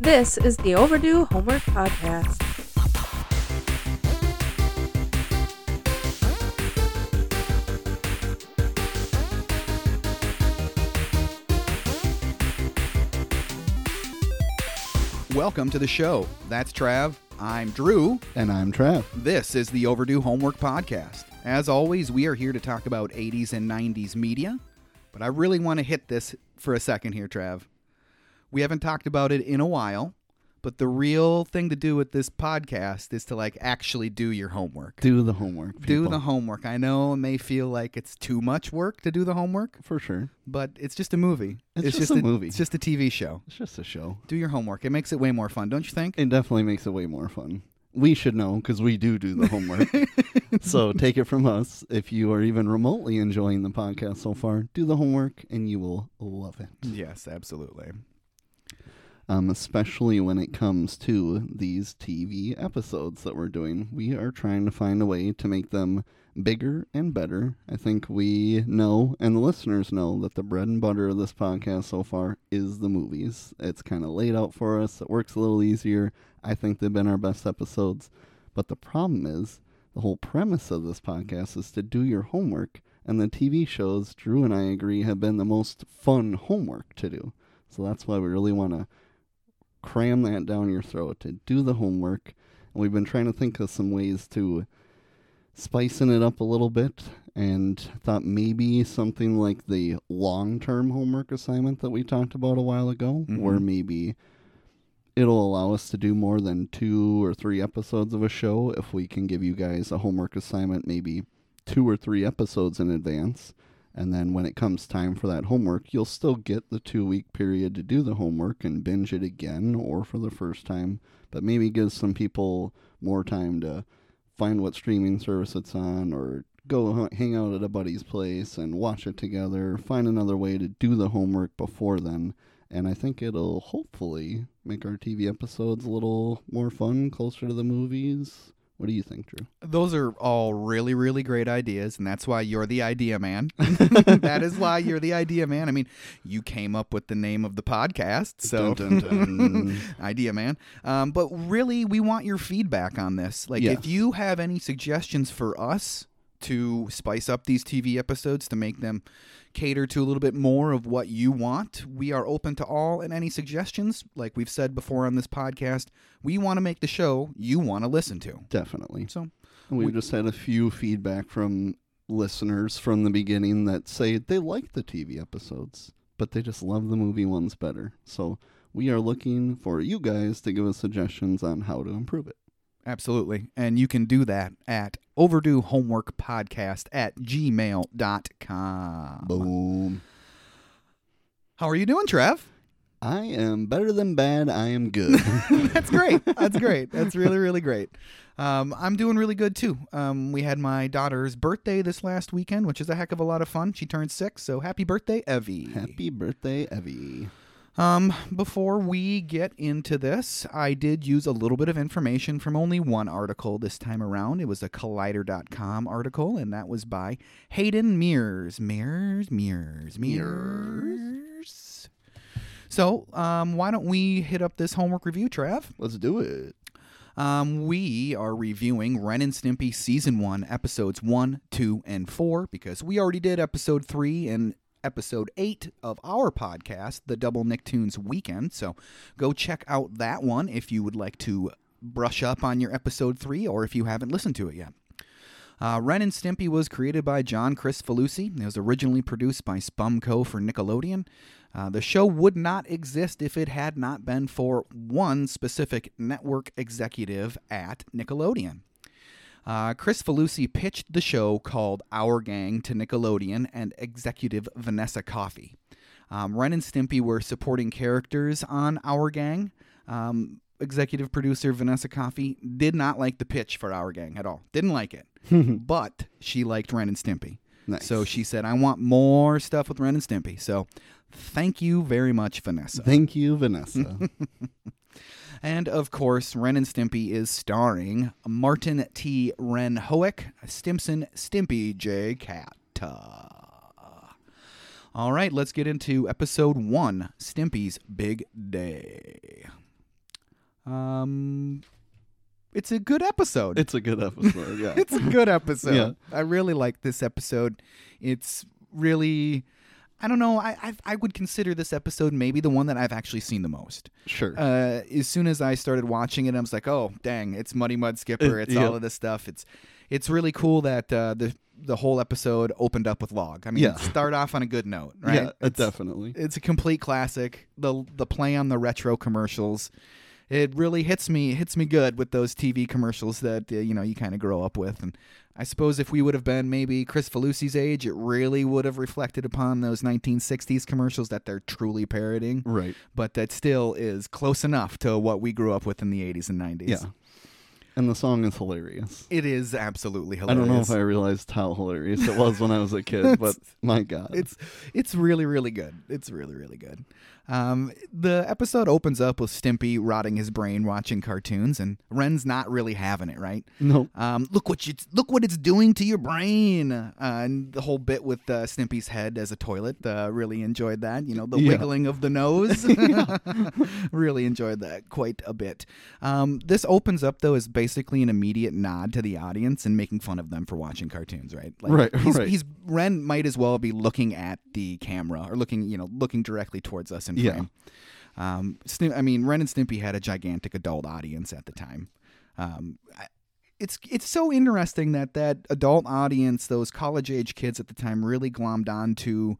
This is the Overdue Homework Podcast. Welcome to the show. That's Trav. I'm Drew. And I'm Trav. This is the Overdue Homework Podcast. As always, we are here to talk about 80s and 90s media, but I really want to hit this for a second here, Trav. We haven't talked about it in a while, but the real thing to do with this podcast is to like actually do your homework. Do the homework. Do people. the homework. I know it may feel like it's too much work to do the homework, for sure. but it's just a movie. It's just a movie. It's just a TV show. It's just a show. Do your homework. It makes it way more fun, don't you think? It definitely makes it way more fun. We should know because we do do the homework. so take it from us. If you are even remotely enjoying the podcast so far, do the homework and you will love it. Yes, absolutely. Um, especially when it comes to these TV episodes that we're doing. We are trying to find a way to make them bigger and better. I think we know, and the listeners know, that the bread and butter of this podcast so far is the movies. It's kind of laid out for us, it works a little easier. I think they've been our best episodes. But the problem is, the whole premise of this podcast is to do your homework. And the TV shows, Drew and I agree, have been the most fun homework to do. So that's why we really want to cram that down your throat to do the homework. And we've been trying to think of some ways to spicing it up a little bit and thought maybe something like the long term homework assignment that we talked about a while ago, Mhm. where maybe it'll allow us to do more than two or three episodes of a show if we can give you guys a homework assignment maybe two or three episodes in advance. And then when it comes time for that homework, you'll still get the two week period to do the homework and binge it again or for the first time. But maybe gives some people more time to find what streaming service it's on or go h- hang out at a buddy's place and watch it together, find another way to do the homework before then. And I think it'll hopefully make our TV episodes a little more fun, closer to the movies. What do you think, Drew? Those are all really, really great ideas, and that's why you're the idea man. that is why you're the idea man. I mean, you came up with the name of the podcast, so Dun, dun, dun. idea man. Um, but really, we want your feedback on this. Like, if Yes. you have any suggestions for us to spice up these TV episodes to make them cater to a little bit more of what you want, we are open to all and any suggestions. Like we've said before on this podcast, we want to make the show you want to listen to. Definitely. So. We've We- just had a few feedback from listeners from the beginning that say they like the TV episodes, but they just love the movie ones better. So we are looking for you guys to give us suggestions on how to improve it. Absolutely. And you can do that at overdue homework podcast at gmail.com. Boom. How are you doing, Trev? I am better than bad. I am good. That's great. That's great. That's really, really great. Um, I'm doing really good too. Um, we had my daughter's birthday this last weekend, which is a heck of a lot of fun. She turned six, so happy birthday, Evie. Happy birthday, Evie. Um, before we get into this, I did use a little bit of information from only one article this time around. It was a Collider.com article, and that was by Hayden Mears. Mears, Mears, Mears. So, um, why don't we hit up this homework review, Trav? Let's do it. Um, we are reviewing Ren and Stimpy season one, episodes one, two, and four, because we already did episode three and episode eight of our podcast, The Double Nicktoons Weekend. So go check out that one if you would like to brush up on your episode three or if you haven't listened to it yet. Uh, Ren and Stimpy was created by John Chris Felucci. It was originally produced by Spumco for Nickelodeon. Uh, the show would not exist if it had not been for one specific network executive at Nickelodeon. Uh, Chris Felucci pitched the show called Our Gang to Nickelodeon and executive Vanessa Coffey. Um, Ren and Stimpy were supporting characters on Our Gang. Um, executive producer Vanessa Coffey did not like the pitch for Our Gang at all. Didn't like it. but she liked Ren and Stimpy. Nice. So she said, I want more stuff with Ren and Stimpy. So thank you very much, Vanessa. Thank you, Vanessa. And of course, Ren and Stimpy is starring Martin T. Ren Hoek, Stimson Stimpy J. Cat. All right, let's get into episode one Stimpy's Big Day. Um, it's a good episode. It's a good episode. Yeah. it's a good episode. I really like this episode. It's really, I don't know. I, I I would consider this episode maybe the one that I've actually seen the most. sure. Uh, as soon as I started watching it, I was like, oh dang, it's Muddy Mud Skipper. It- It's yeah. all of this stuff. It's it's really cool that uh, the the whole episode opened up with log. I mean, Yeah. start off on a good note, right? Yeah, uh, It's- definitely. It's a complete classic. The the play on the retro commercials. It really hits me hits me good with those TV commercials that uh, you know you kind of grow up with and I suppose if we would have been maybe Chris Felucci's age, it really would have reflected upon those 1960s commercials that they're truly parodying, Right. but that still is close enough to what we grew up with in the 80s and 90s. Yeah. And the song is hilarious. It is absolutely I hilarious. don't know if I realized how hilarious it was when I was a kid, but my God. it's it's really really good. It's really really good. Um, the episode opens up with Stimpy rotting his brain watching cartoons, and Ren's not really having it. Right? no. Um, look what you look what it's doing to your brain. Uh, and the whole bit with uh, Stimpy's head as a toilet. Uh, really enjoyed that. You know, the Yeah. wiggling of the nose. really enjoyed that quite a bit. Um, this opens up though as basically an immediate nod to the audience and making fun of them for watching cartoons. Right? Right, He's, right. he's Ren might as well be looking at the camera or looking, you know, looking directly towards us in Yeah. frame. Um, Snim- I mean, Ren and Stimpy had a gigantic adult audience at the time. Um, I- it's it's so interesting that that adult audience, those college age kids at the time, really glommed onto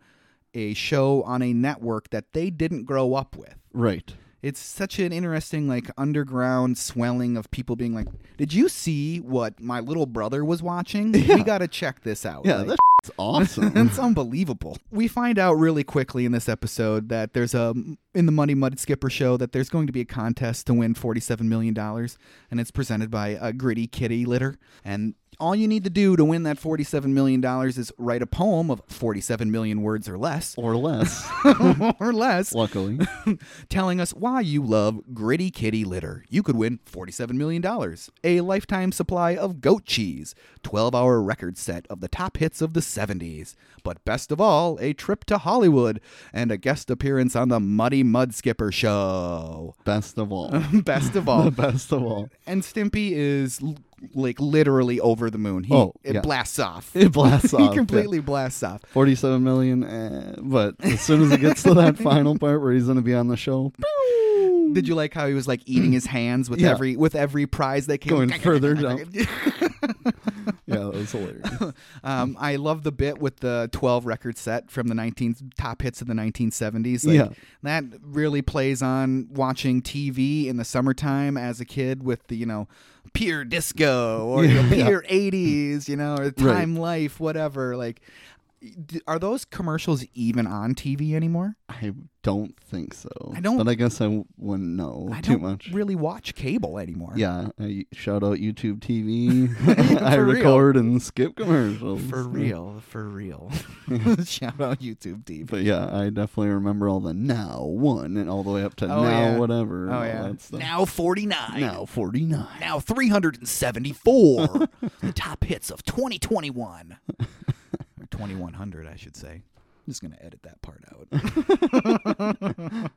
a show on a network that they didn't grow up with. Right. It's such an interesting like underground swelling of people being like, "Did you see what my little brother was watching? We got to check this out." Yeah, Like, that's awesome. it's unbelievable. We find out really quickly in this episode that there's a in the Money Mud Skipper show that there's going to be a contest to win forty-seven million dollars, and it's presented by a gritty kitty litter. And all you need to do to win that forty-seven million dollars is write a poem of forty-seven million words or less, or less, or less, luckily. telling us why you love gritty kitty litter. You could win $47 million, a lifetime supply of goat cheese, 12 hour record set of the top hits of the 70s, but best of all, a trip to Hollywood and a guest appearance on the Muddy Mud Skipper show. Best of all. best of all. The best of all. And Stimpy is l- like literally over the moon. He, Oh, it yeah. blasts off. It blasts off. he yeah. completely blasts off. 47 million, eh, but as soon as it gets to that final part where he's going to be on the show, Did you like how he was like eating his hands with Yeah. every with every prize that came? Going further down. yeah, that was hilarious. Um, I love the bit with the 12 record set from the 19 top hits of the 1970s. Like, Yeah. That really plays on watching TV in the summertime as a kid with the, you know, pure disco or you know, Yeah. pure 80s, you know, or time life, whatever. Like, d- are those commercials even on TV anymore? I don't think so. I don't- But I guess I w- wouldn't know I too don't much. really watch cable anymore. Yeah, I shout out YouTube TV. I For real. record and skip commercials. For real, for real. Shout out YouTube TV. But yeah, I definitely remember all the now one and all the way up to Oh, now yeah. whatever. and Oh all yeah. that stuff. Now 49. now 49. Now 374. the top hits of 2021. or 2100, I should say. I'm just going to edit that part out.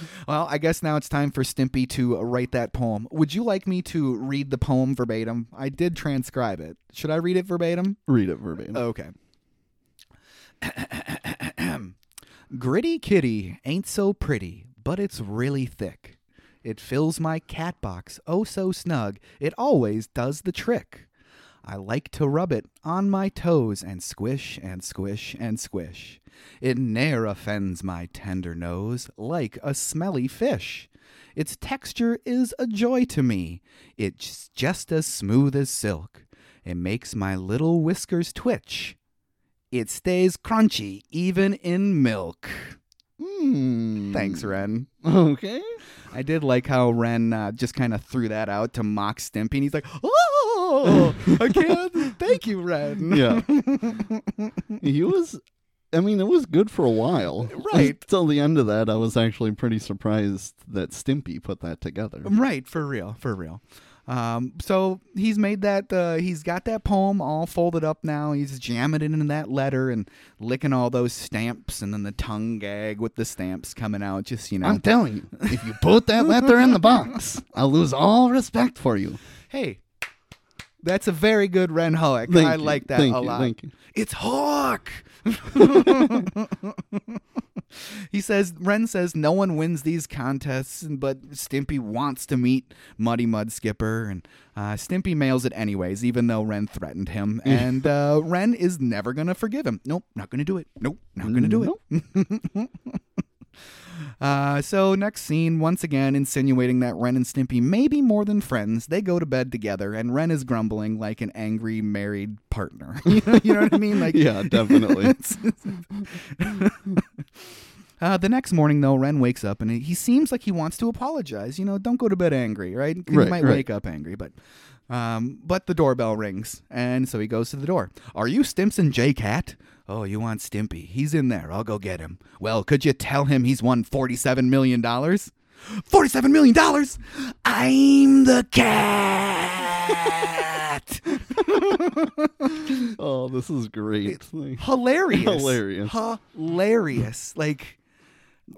well, I guess now it's time for Stimpy to write that poem. Would you like me to read the poem verbatim? I did transcribe it. Should I read it verbatim? Read it verbatim. Okay. Gritty kitty ain't so pretty, but it's really thick. It fills my cat box oh so snug, it always does the trick. I like to rub it on my toes and squish and squish and squish. It ne'er offends my tender nose like a smelly fish. Its texture is a joy to me. It's just as smooth as silk. It makes my little whiskers twitch. It stays crunchy even in milk. Mm. Thanks, Ren. Okay. I did like how Ren uh, just kind of threw that out to mock Stimpy, and he's like, "Oh, I can't." Thank you, Ren. Yeah. he was. I mean, it was good for a while. Right. Till the end of that, I was actually pretty surprised that Stimpy put that together. Right, for real, for real. Um, so he's made that. Uh, he's got that poem all folded up now. He's jamming it into that letter and licking all those stamps, and then the tongue gag with the stamps coming out. Just you know, I'm telling you, if you put that letter in the box, I'll lose all respect for you. hey, that's a very good Ren Hoek. Thank I you, like that thank a you, lot. thank you. It's Hawk. he says Ren says no one wins these contests, but Stimpy wants to meet Muddy Mud Skipper, and uh, Stimpy mails it anyways, even though Ren threatened him. And uh, Ren is never gonna forgive him. Nope, not gonna do it. Nope, not gonna do it. Uh, so next scene, once again insinuating that Ren and Stimpy may be more than friends. They go to bed together, and Ren is grumbling like an angry married partner. you, know, you know what I mean? Like, Yeah, definitely. uh, the next morning, though, Ren wakes up and he seems like he wants to apologize. You know, don't go to bed angry, right? You Right, might right. wake up angry, but um, but the doorbell rings, and so he goes to the door. Are you Stimpson J Cat? Oh, you want Stimpy? He's in there. I'll go get him. Well, could you tell him he's won forty-seven million dollars? Forty-seven million dollars. I'm the cat. oh, this is great. Like, hilarious Hilarious. hilarious like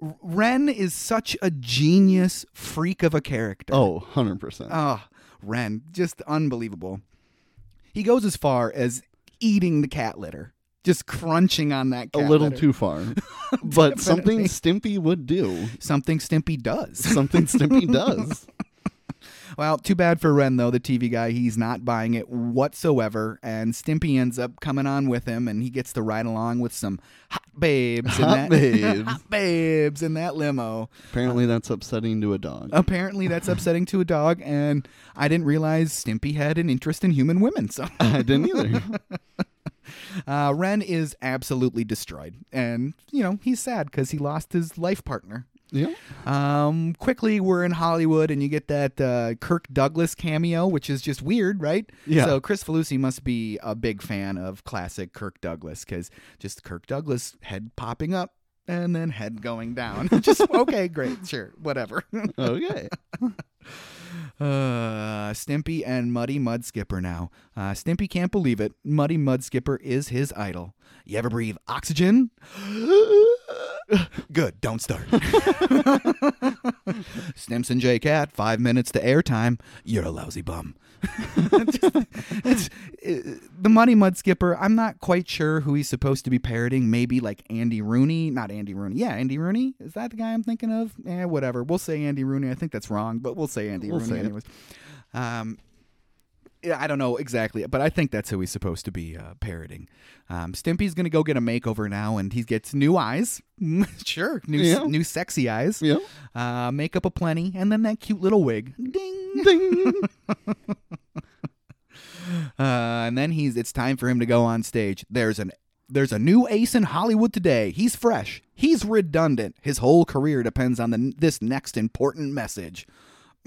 R- ren is such a genius freak of a character oh, 100%. Ah, ren just unbelievable he goes as far as eating the cat litter just crunching on that a cat little litter. too far. but something Stimpy would do. something stimpy does Something Stimpy does. Well, too bad for Ren though. The TV guy, he's not buying it whatsoever, and Stimpy ends up coming on with him, and he gets to ride along with some hot babes, Hot in that, babes. hot babes in that limo. Apparently, that's upsetting to a dog. Uh, Apparently, that's upsetting to a dog, and I didn't realize Stimpy had an interest in human women. So I didn't either. uh, Ren is absolutely destroyed, and you know he's sad because he lost his life partner. yeah. Um, quickly, we're in Hollywood, and you get that uh, Kirk Douglas cameo, which is just weird, right? Yeah. So Chris Felucci must be a big fan of classic Kirk Douglas because just Kirk Douglas head popping up and then head going down. just okay, great, sure, whatever. Okay. Uh, Stimpy and Muddy Mud Skipper now. Uh, Stimpy can't believe it. Muddy Mud Skipper is his idol. You ever breathe oxygen? Good, don't start. Stimson J Cat, five minutes to airtime. You're a lousy bum. it's, uh, the Muddy Mud Skipper, I'm not quite sure who he's supposed to be parodying. Maybe like Andy Rooney. Not Andy Rooney. Yeah, Andy Rooney. Is that the guy I'm thinking of? Eh, whatever. We'll say Andy Rooney. I think that's wrong, but we'll say Andy We'll Rooney say it. anyways. Um, yeah, I don't know exactly, but I think that's who he's supposed to be uh, parroting. Um, Stimpy's gonna go get a makeover now, and he gets new eyes. sure, new Yeah. new sexy eyes. Yeah. Uh, makeup aplenty, and then that cute little wig. Ding. Ding. Uh, and then he's it's time for him to go on stage. There's an there's a new ace in Hollywood today. He's fresh. He's redundant. His whole career depends on the, this next important message.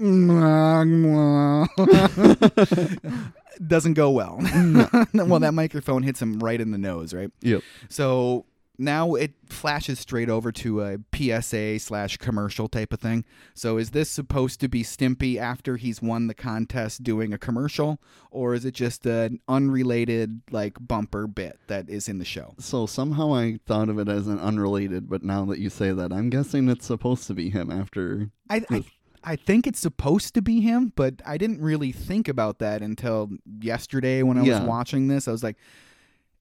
Doesn't go well. well, that microphone hits him right in the nose, right? Yep. So now it flashes straight over to a PSA slash commercial type of thing. So is this supposed to be Stimpy after he's won the contest doing a commercial, or is it just an unrelated like bumper bit that is in the show? So somehow I thought of it as an unrelated, but now that you say that, I'm guessing it's supposed to be him after. I. I I think it's supposed to be him, but I didn't really think about that until yesterday when I Yeah. was watching this. I was like,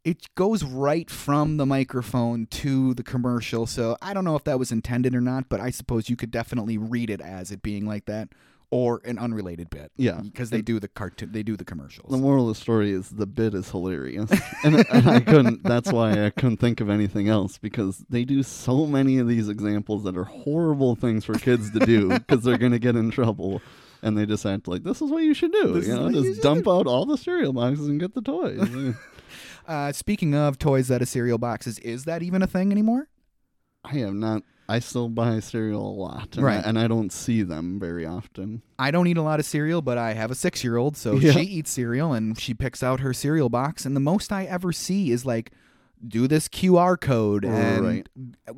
it goes right from the microphone to the commercial. So I don't know if that was intended or not, but I suppose you could definitely read it as it being like that or an unrelated bit. Yeah. Because they do the cartoon, they do the commercials. The moral of the story is the bit is hilarious, and, and I couldn't. That's why I couldn't think of anything else because they do so many of these examples that are horrible things for kids to do because they're gonna get in trouble, and they just act like this is what you should do. This you is know, what you just should dump out all the cereal boxes and get the toys. Uh, speaking of toys out of cereal boxes, is that even a thing anymore? I have not. I still buy cereal a lot, and Right. I, and I don't see them very often. I don't eat a lot of cereal, but I have a six year old, so Yeah. she eats cereal and she picks out her cereal box. And the most I ever see is like, do this QR code and Right.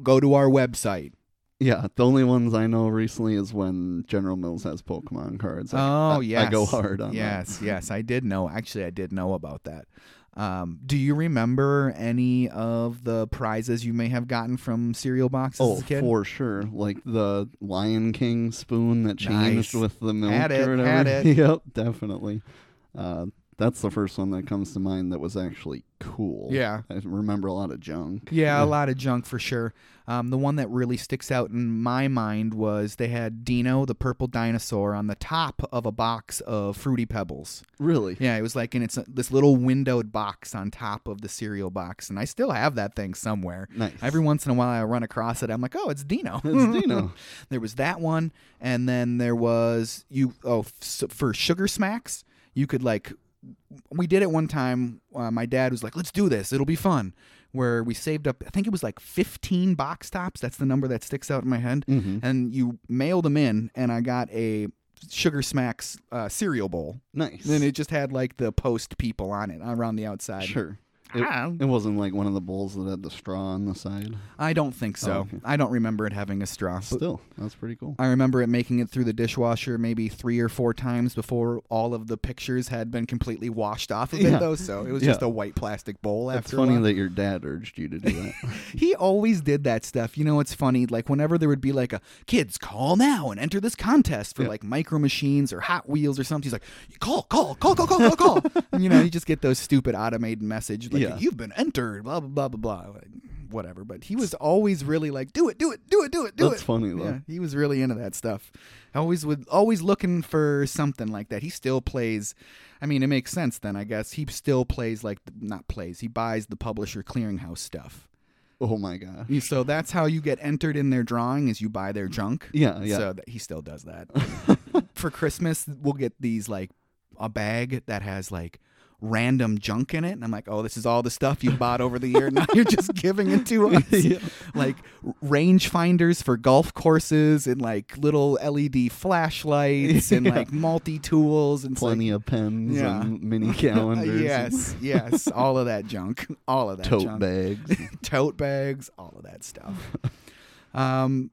go to our website. Yeah, the only ones I know recently is when General Mills has Pokemon cards. I, Oh, I- yes. I go hard on that. Yes, yes, I did know. Actually, I did know about that. Um, do you remember any of the prizes you may have gotten from cereal boxes Oh, as a kid? for sure. Like the Lion King spoon that Nice. changed with the milk Had it, or whatever. had it. yep, definitely. Uh, that's the first one that comes to mind that was actually cool. Yeah. I remember a lot of junk. Yeah, a lot of junk for sure. Um, the one that really sticks out in my mind was they had Dino, the purple dinosaur, on the top of a box of Fruity Pebbles. Really? Yeah, it was like, and it's uh, this little windowed box on top of the cereal box, and I still have that thing somewhere. Nice. Every once in a while, I run across it. I'm like, oh, it's Dino. It's Dino. there was that one, and then there was you. Oh, f- s- for Sugar Smacks, you could like. We did it one time. Uh, my dad was like, "Let's do this. It'll be fun." Where we saved up, I think it was like 15 box tops. That's the number that sticks out in my head. hmm And you mailed them in, and I got a Sugar Smacks uh, cereal bowl. Nice. Then it just had like the post people on it around the outside. sure. It, Ah, it wasn't like one of the bowls that had the straw on the side. I don't think so. Oh, okay. I don't remember it having a straw. but Still, that's pretty cool. I remember it making it through the dishwasher maybe three or four times before all of the pictures had been completely washed off of Yeah. it, though. So it was Yeah. just a white plastic bowl. It's After a funny while. that your dad urged you to do that. he always did that stuff. You know, it's funny. Like whenever there would be like a kids call now and enter this contest for Yeah. like micro machines or Hot Wheels or something, he's like, call, call, call, call, call, call, call. And, you know, you just get those stupid automated message like Yeah. you've been entered, blah blah blah blah blah, like, whatever. But he was always really like, do it, do it, do it, do it, do That's it. funny, though. Yeah, he was really into that stuff. Always with always looking for something like that. He still plays. I mean, it makes sense then, I guess. He still plays like not plays. He buys the publisher clearinghouse stuff. oh my gosh. You- So that's how you get entered in their drawing is you buy their junk. Yeah, yeah. So that he still does that. For Christmas, we'll get these like a bag that has like random junk in it, and I'm like, oh, this is all the stuff you bought over the year. Now you're just giving it to us, Yeah. like r- range finders for golf courses, and like little LED flashlights, and Yeah. like multi tools, and it's like- Plenty of pens Yeah. and mini calendars. and yes, yes, all of that junk, all of that Tote junk. bags. tote bags, all of that stuff. um,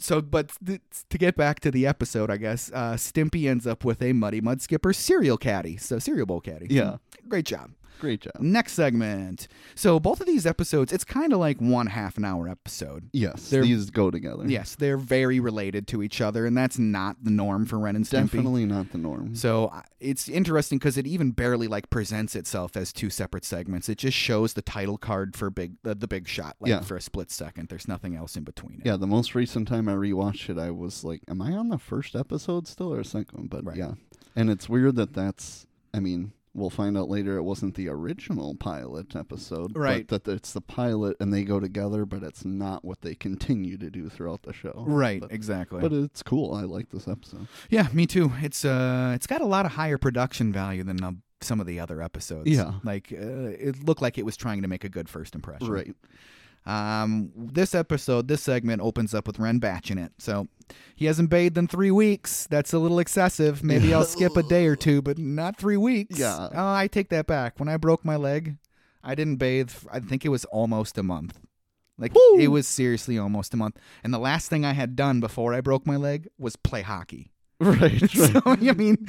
so, but th- to get back to the episode, I guess uh, Stimpy ends up with a Muddy Mud Skipper cereal caddy, so cereal bowl caddy. Yeah. great job. Great job. Next segment. So both of these episodes, it's kind of like one half an hour episode. Yes, They're- these go together. Yes, they're very related to each other, and that's not the norm for Ren and Stimpy. definitely not the norm. So I- it's interesting because it even barely like presents itself as two separate segments. It just shows the title card for big the, the big shot like Yeah. for a split second. There's nothing else in between. It. Yeah, the most recent time I rewatched it, I was like, "Am I on the first episode still or second?" But Right. yeah, and it's weird that that's. I mean, we'll find out later. It wasn't the original pilot episode, but Right. that it's the pilot and they go together, but it's not what they continue to do throughout the show. Right, But, exactly. but it's cool. I like this episode. yeah, me too. It's uh it's got a lot of higher production value than uh, some of the other episodes. Yeah. Like uh, it looked like it was trying to make a good first impression. Right. Um, this episode, this segment opens up with Ren batching it. So he hasn't bathed in three weeks. That's a little excessive. Maybe I'll skip a day or two, but not three weeks. Yeah. Oh, I take that back. When I broke my leg, I didn't bathe. f- I think it was almost a month. Like Woo! it was seriously almost a month. And the last thing I had done before I broke my leg was play hockey. Right. right. So so, I mean,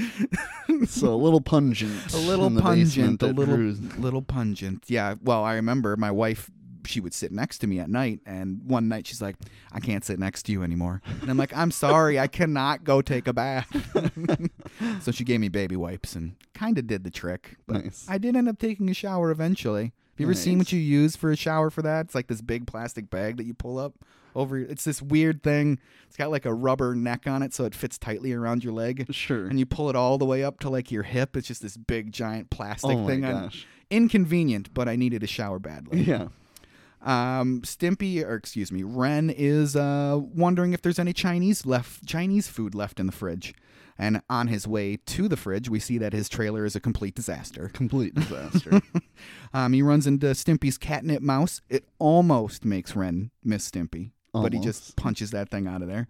a little pungent. a little in the pungent, basement a at little Drew's. little pungent. Yeah. Well, I remember my wife. She would sit next to me at night, and one night she's like, "I can't sit next to you anymore," and I'm like, "I'm sorry, I cannot go take a bath." so she gave me baby wipes and kind of did the trick. But Nice. I did end up taking a shower eventually. Have you ever seen Nice. what you use for a shower for that? It's like this big plastic bag that you pull up over. your- It's this weird thing. It's got like a rubber neck on it, so it fits tightly around your leg Sure. and you pull it all the way up to like your hip. It's just this big giant plastic oh thing. my on- gosh. Inconvenient, but I needed a shower badly. Yeah. Um, Stimpy, or excuse me, Ren is uh, wondering if there's any Chinese left, Chinese food left in the fridge. And on his way to the fridge, we see that his trailer is a complete disaster. Complete disaster. Um, he runs into Stimpy's catnip mouse. It almost makes Ren miss Stimpy, but he just Almost. punches that thing out of there.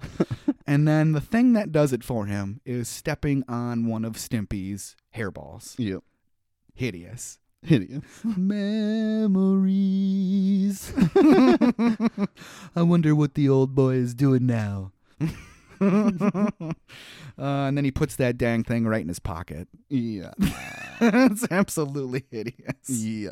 and then the thing that does it for him is stepping on one of Stimpy's hairballs. yep. hideous. Hideous. Memories. I wonder what the old boy is doing now. uh, and then he puts that dang thing right in his pocket. Yeah. it's absolutely hideous. Yeah.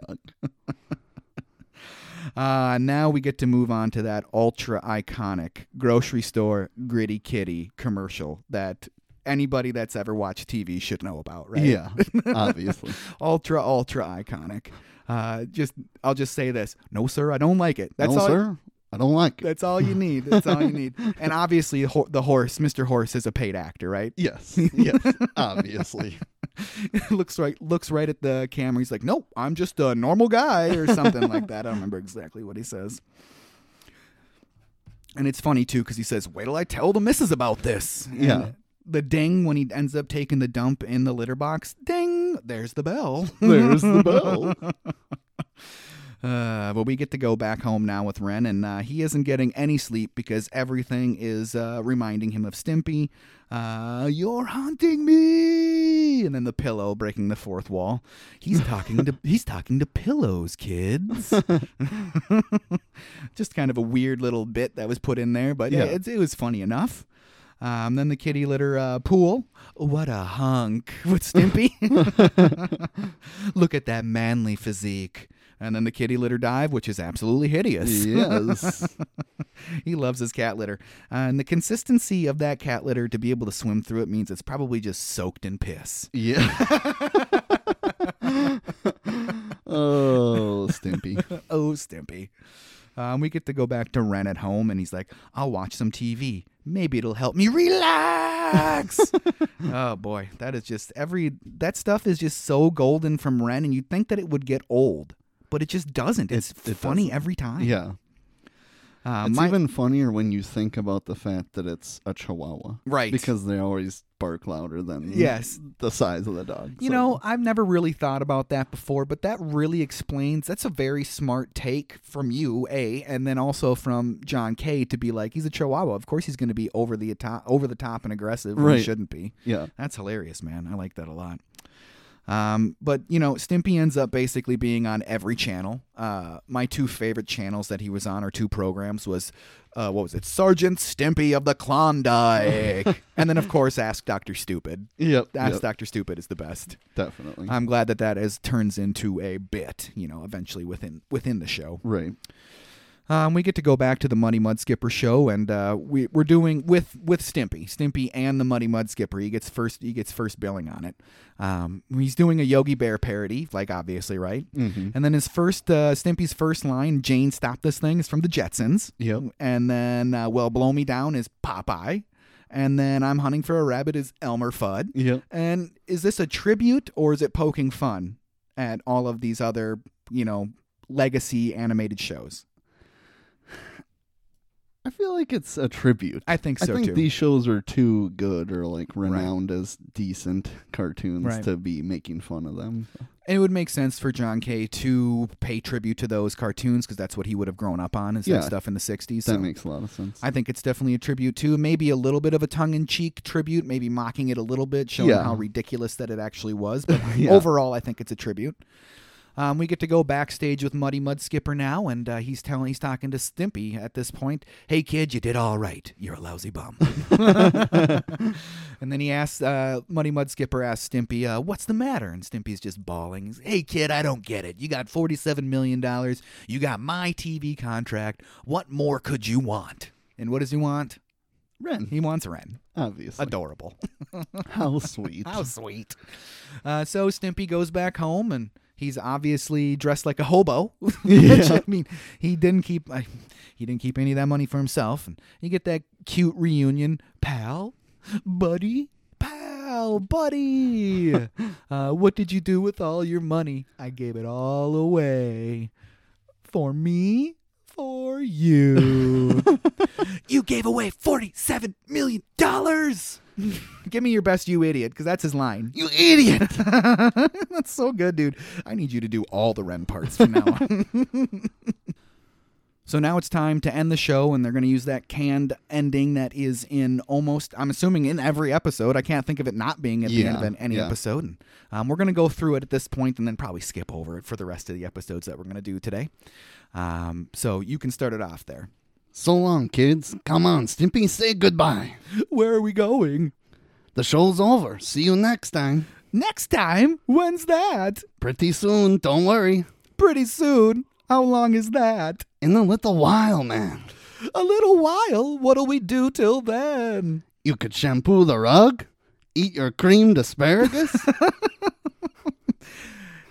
Uh, now we get to move on to that ultra iconic grocery store gritty kitty commercial that anybody that's ever watched TV should know about, right? Yeah. Obviously. ultra ultra iconic. Uh, just I'll just say this: No, sir, I don't like it. That's no, all. sir. I don't like it. That's all you need. That's all you need. And obviously, ho- the horse, Mister Horse, is a paid actor, right? Yes. Yes. obviously. looks right, looks right at the camera. He's like, "Nope, I'm just a normal guy" or something like that. I don't remember exactly what he says. And it's funny too because he says, "Wait till I tell the missus about this." And Yeah. The ding when he ends up taking the dump in the litter box. Ding! There's the bell. There's the bell. Uh, but we get to go back home now with Ren, and uh, he isn't getting any sleep because everything is uh, reminding him of Stimpy. Uh, You're haunting me, and then the pillow breaking the fourth wall. He's talking to he's talking to pillows, kids. Just kind of a weird little bit that was put in there, but Yeah. it, it was funny enough. Um, then the kitty litter uh, pool. What a hunk with Stimpy. Look at that manly physique. And then the kitty litter dive, which is absolutely hideous. yes. he loves his cat litter. Uh, and the consistency of that cat litter to be able to swim through it means it's probably just soaked in piss. Yeah. oh, Stimpy. oh, Stimpy. Um, we get to go back to Ren at home, and he's like, I'll watch some TV. Maybe it'll help me relax. oh, boy. That is just every. That stuff is just so golden from Ren, and you'd think that it would get old, but it just doesn't. It's it funny every time. Yeah. Uh, It's my- even funnier when you think about the fact that it's a chihuahua. Right. Because they always bark louder than Yes. the size of the dog. You so- know, I've never really thought about that before, but that really explains. That's a very smart take from you, a, and then also from John K to be like, he's a Chihuahua. Of course, he's going to be over the top, over the top and aggressive. when He Right. shouldn't be. Yeah. That's hilarious, man. I like that a lot. Um, but you know, Stimpy ends up basically being on every channel. Uh, my two favorite channels that he was on, or two programs, was uh, what was it, Sergeant Stimpy of the Klondike, and then of course Ask Doctor Stupid. Yep. Ask yep, Doctor Stupid is the best. Definitely. I'm glad that that is turns into a bit, you know, eventually within within the show. right. Um, we get to go back to the Muddy Mud Skipper show, and uh, we we're doing with with Stimpy, Stimpy and the Muddy Mud Skipper. He gets first he gets first billing on it. Um, he's doing a Yogi Bear parody, like obviously, right? Mm-hmm. And then his first uh, Stimpy's first line, "Jane, stop this thing," is from the Jetsons. Yep. And then, uh, "Well, blow me down" is Popeye. And then, "I'm hunting for a rabbit" is Elmer Fudd. Yep. And is this a tribute or is it poking fun at all of these other, you know, legacy animated shows? I feel like it's a tribute. I think I so think too. these shows are too good or like renowned as decent cartoons Right. to be making fun of them. it would make sense for John Kay to pay tribute to those cartoons because that's what he would have grown up on is Yeah. that stuff in the 60s. That So makes a lot of sense. I think it's definitely a tribute to maybe a little bit of a tongue in cheek tribute, maybe mocking it a little bit, showing Yeah. how ridiculous that it actually was. But Yeah. overall, I think it's a tribute. Um, we get to go backstage with Muddy Mud Skipper now, and uh, he's telling he's talking to Stimpy at this point. Hey kid, you did all right. You're a lousy bum. and then he asks uh, Muddy Mud Skipper asks Stimpy, uh, "What's the matter?" And Stimpy's just bawling. He's, hey kid, I don't get it. You got forty-seven million dollars. You got my TV contract. What more could you want? And what does he want? Ren, He wants Ren. obviously. Adorable. How sweet. How sweet. Uh, so Stimpy goes back home and he's obviously dressed like a hobo. Which, I mean, he didn't keep I, he didn't keep any of that money for himself and you get that cute reunion, pal, buddy, pal, buddy. uh, what did you do with all your money? I gave it all away. For me, for you. you gave away 47 million dollars. Give me your best, you idiot, because that's his line. You idiot! that's so good, dude. I need you to do all the Ren parts from now on. So now it's time to end the show, and they're going to use that canned ending that is in almost, I'm assuming, in every episode. I can't think of it not being at the end of Yeah, an- any yeah. episode. And um, we're going to go through it at this point and then probably skip over it for the rest of the episodes that we're going to do today. Um, so you can start it off there. So long, kids. Come on, Stimpy, say goodbye. Where are we going? The show's over. See you next time. Next time? When's that? Pretty soon, don't worry. Pretty soon. How long is that? In a little while, man. A little while. What'll we do till then? You could shampoo the rug, eat your creamed asparagus.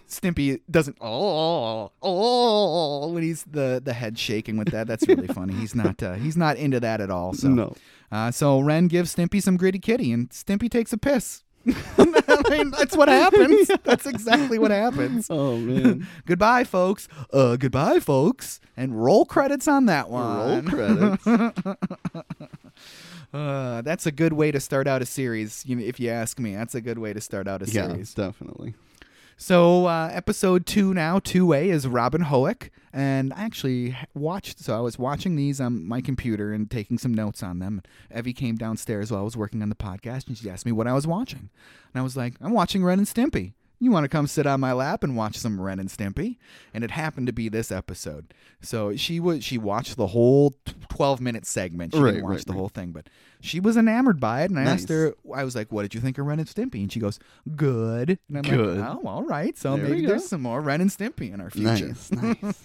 Stimpy doesn't oh oh when he's the the head shaking with that. That's really funny. He's not uh, he's not into that at all. So No. Uh, so Ren gives Stimpy some gritty kitty, and Stimpy takes a piss. I mean, that's what happens. That's exactly what happens. oh, man. Goodbye, folks. Uh, goodbye, folks. And roll credits on that Roll one. credits. Uh, that's a good way to start out a series, you know, if you ask me. That's a good way to start out a yeah, series. definitely. So uh, episode two now, two A is Robin Hoek, and I actually h- watched. So I was watching these on my computer and taking some notes on them. Evie came downstairs while I was working on the podcast, and she asked me what I was watching, and I was like, "I'm watching Ren and Stimpy." You want to come sit on my lap and watch some Ren and Stimpy? And it happened to be this episode. So she was she watched the whole t- twelve minute segment. She Right, didn't watch right, the right. whole thing, but she was enamored by it. And I asked Nice. her, I was like, "What did you think of Ren and Stimpy?" And she goes, "Good." And I'm Good. like, "Oh, all right." So There we maybe go. there's some more Ren and Stimpy in our future. Nice, nice.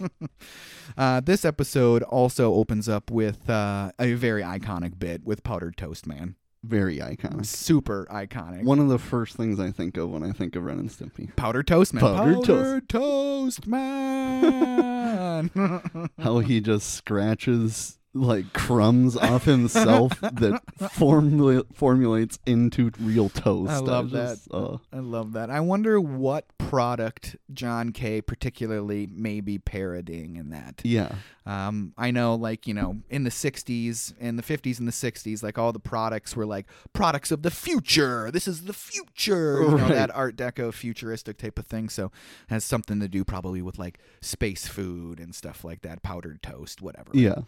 Uh, this episode also opens up with uh, a very iconic bit with Powdered Toast Man. Very iconic. Super iconic. One of the first things I think of when I think of Ren and Stimpy. Powdered Toast Man. Powdered Toast. Powdered Toast Man. How he just scratches like crumbs off himself that formula- formulates into real toast. I love just, uh, I love that. I wonder what product John Kay particularly may be parodying in that. yeah. Um, I know, like, you know, in the 60s and the 50s and the 60s, like all the products were like products of the future. This is the future. You know, Right. that Art Deco futuristic type of thing. So it has something to do probably with like space food and stuff like that, powdered toast, whatever. Yeah.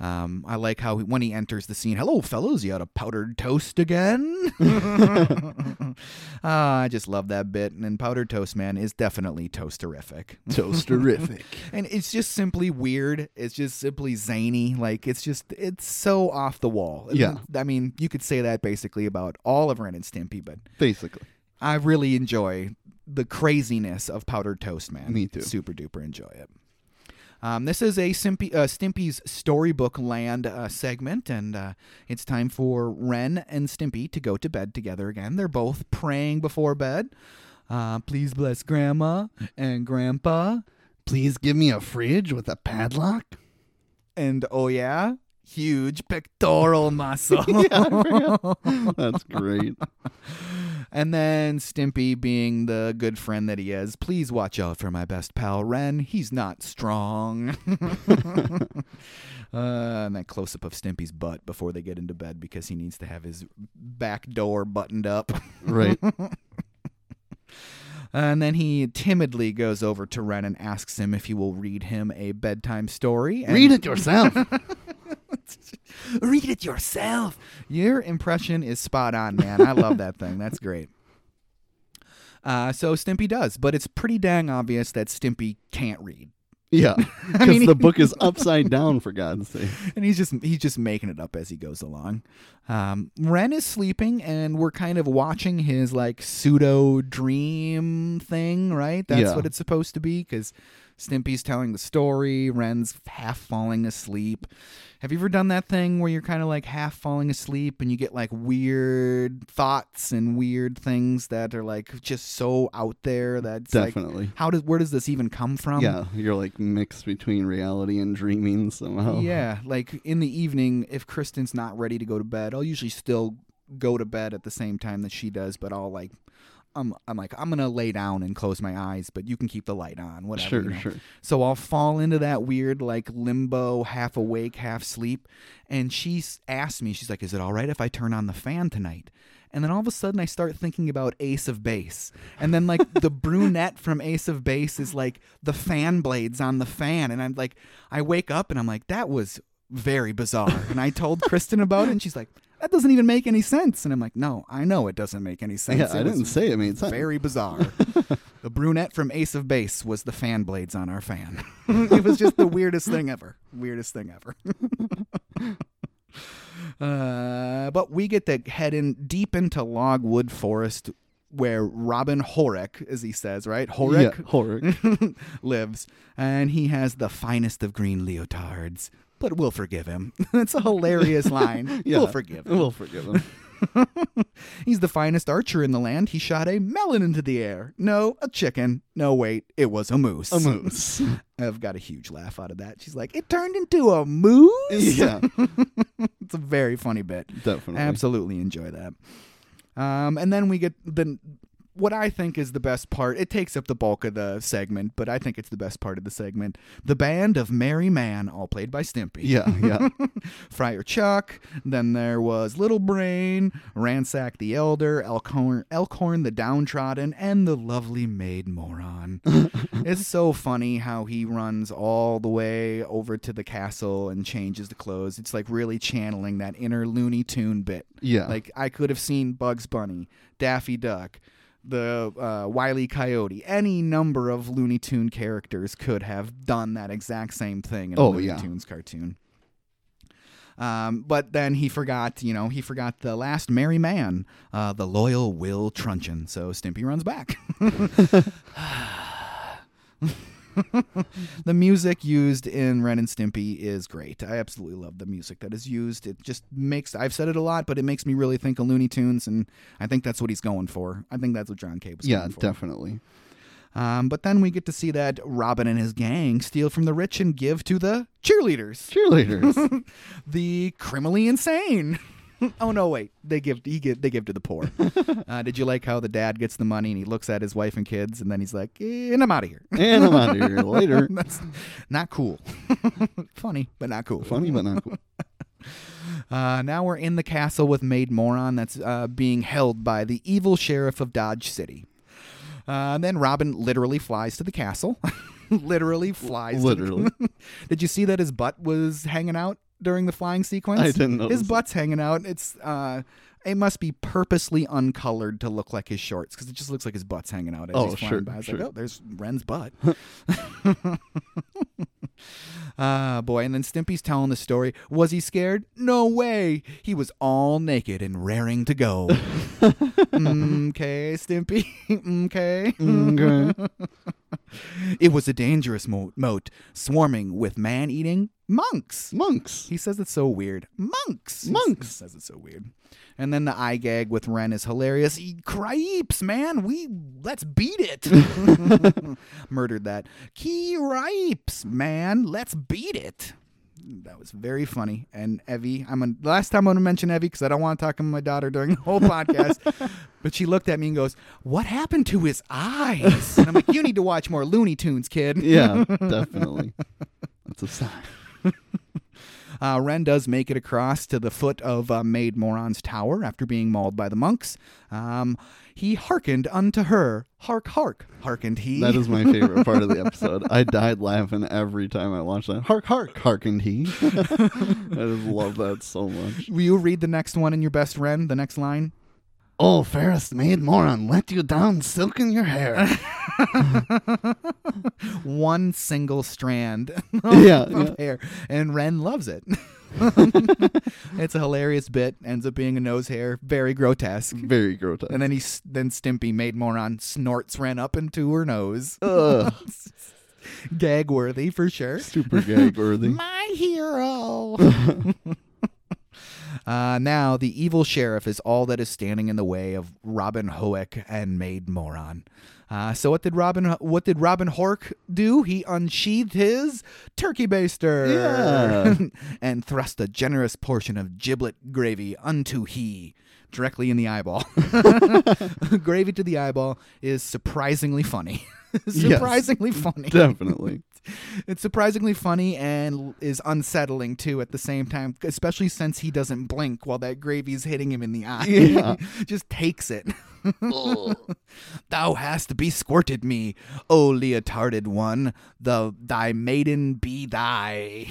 Um, I like how he, when he enters the scene, hello, fellows, you had a powdered toast again? Ah, I just love that bit. And Powdered Toast Man is definitely toasterific. Toasterific. And it's just simply weird. It's just simply zany. Like it's just it's so off the wall. Yeah. I mean, you could say that basically about all of Ren and Stimpy, but Basically. I really enjoy the craziness of Powdered Toast Man. Me too. Super duper enjoy it. Um, this is a Simpy, uh, Stimpy's Storybook Land uh, segment, and uh, it's time for Ren and Stimpy to go to bed together again. They're both praying before bed. Uh, please bless Grandma and Grandpa. Please give me a fridge with a padlock. and oh yeah, huge pectoral muscle. That's great. And then Stimpy, being the good friend that he is, please watch out for my best pal Ren. He's not strong. uh, and that close up of Stimpy's butt before they get into bed because he needs to have his back door buttoned up. right. And then he timidly goes over to Ren and asks him if he will read him a bedtime story. And Read it yourself. Read it yourself. Your impression is spot on, man. I love that thing. That's great. Uh, so Stimpy does, but it's pretty dang obvious that Stimpy can't read, Yeah. Because mean, the book is upside down, for God's sake. and he's just he's just making it up as he goes along. Um, Ren is sleeping, and we're kind of watching his like pseudo dream thing, right? That's Yeah. what it's supposed to be, because Stimpy's telling the story. Ren's half falling asleep. Have you ever done that thing where you're kind of like half falling asleep and you get like weird thoughts and weird things that are like just so out there that's Definitely. like how does where does this even come from? yeah. You're like mixed between reality and dreaming somehow. Yeah, like in the evening, if Kristen's not ready to go to bed, I'll usually still go to bed at the same time that she does, but I'll like I'm I'm like I'm gonna lay down and close my eyes, but you can keep the light on, whatever. sure, you know? sure. So I'll fall into that weird like limbo, half awake, half sleep. And she s- asked me, she's like, "Is it all right if I turn on the fan tonight?" And then all of a sudden, I start thinking about Ace of Base, and then like the brunette from Ace of Base is like the fan blades on the fan, and I'm like, I wake up and I'm like, that was very bizarre. And I told Kristen about it, and she's like. That doesn't even make any sense. And I'm like, no, I know it doesn't make any sense. Yeah, I It was didn't say it made sense. very bizarre. the brunette from Ace of Base was the fan blades on our fan. it was just the weirdest thing ever. Weirdest thing ever. uh, but we get to head in deep into Logwood Forest where Robin Horick, as he says, right? Yeah, Horick Horik. lives. And he has the finest of green leotards. But we'll forgive him. That's a hilarious line. Yeah, We'll forgive him. We'll forgive him. He's the finest archer in the land. He shot a melon into the air. No, a chicken. No, wait, it was a moose. A moose. I've got a huge laugh out of that. She's like, it turned into a moose? yeah, it's a very funny bit. definitely. Absolutely enjoy that. Um, and then we get the what I think is the best part. It takes up the bulk of the segment, but I think it's the best part of the segment. The band of Merry Man, all played by Stimpy. Yeah, yeah. Friar Chuck. Then there was Little Brain, Ransack the Elder, Elkhorn, Elkhorn the Downtrodden, and the lovely Maid Moron. it's so funny how he runs all the way over to the castle and changes the clothes. It's like really channeling that inner Looney Tune bit. Yeah. Like I could have seen Bugs Bunny, Daffy Duck, the uh, Wiley Coyote. Any number of Looney Tune characters could have done that exact same thing in a Oh, Looney yeah. Tunes cartoon. Um, but then he forgot, you know, he forgot the last merry man, uh, the loyal Will Truncheon. So Stimpy runs back. the music used in Ren and Stimpy is great. I absolutely love the music that is used. It just makes I've said it a lot, but it makes me really think of Looney Tunes, and I think that's what he's going for. I think that's what John Cave was yeah, going for. definitely. Um, but then we get to see that Robin and his gang steal from the rich and give to the cheerleaders, Cheerleaders. the criminally insane. oh no, wait, they give he give they give to the poor. uh, did you like how the dad gets the money and he looks at his wife and kids, and then he's like, "Eh, "And I'm out of here." and I'm out of here later. That's not cool. Funny, but not cool. Funny, but not cool. Uh, now we're in the castle with Maid Moron that's uh, being held by the evil sheriff of Dodge City. Uh, and then Robin literally flies to the castle. literally flies. to the- Literally. Did you see that his butt was hanging out during the flying sequence? I didn't notice His butt's hanging out. It's uh, it must be purposely uncolored to look like his shorts because it just looks like his butt's hanging out as Oh, he's flying sure, by. I was sure. like, oh, there's Ren's butt. Ah, boy. And then Stimpy's telling the story. Was he scared? No way. He was all naked and raring to go. Okay, Stimpy. Okay. Okay. It was a dangerous mo- moat swarming with man eating monks. Monks. He says it's so weird. Monks. He s- Monks. says it's so weird. And then the eye gag with Ren is hilarious. He cripes, man. We let's beat it. Murdered that. Cripes, man. Let's beat it. That was very funny. And Evie, I'm gonna, last time I'm going to mention Evie because I don't want to talk about my daughter during the whole podcast. but she looked at me and goes, "What happened to his eyes?" And I'm like, "You need to watch more Looney Tunes, kid." Yeah, definitely. That's a sign. Uh, Ren does make it across to the foot of uh, Maid Moron's tower after being mauled by the monks. Um, he hearkened unto her. Hark, hark, hearkened he. That is my favorite part of the episode. I died laughing every time I watched that. Hark, hark, hearkened he. I just love that so much. Will you read the next one in your best Ren, the next line? Oh, fairest maid moron, let you down, silken your hair. One single strand yeah, of yeah. hair. And Ren loves it. it's a hilarious bit. Ends up being a nose hair. Very grotesque. Very grotesque. And then he, s- then Stimpy, Maid Moron, snorts Ren up into her nose. Ugh, Gag worthy for sure. super gag worthy. My hero. uh, now, the evil sheriff is all that is standing in the way of Robin Hoek and Maid Moron. Uh, so what did Robin? What did Robin Hork do? He unsheathed his turkey baster Yeah. and thrust a generous portion of giblet gravy unto he. directly in the eyeball. Gravy to the eyeball is surprisingly funny. surprisingly funny. Definitely. It's surprisingly funny and is unsettling too at the same time, especially since he doesn't blink while that gravy's hitting him in the eye. Yeah. Just takes it. Thou hast besquirted me, O leotarded one, the thy maiden be thy.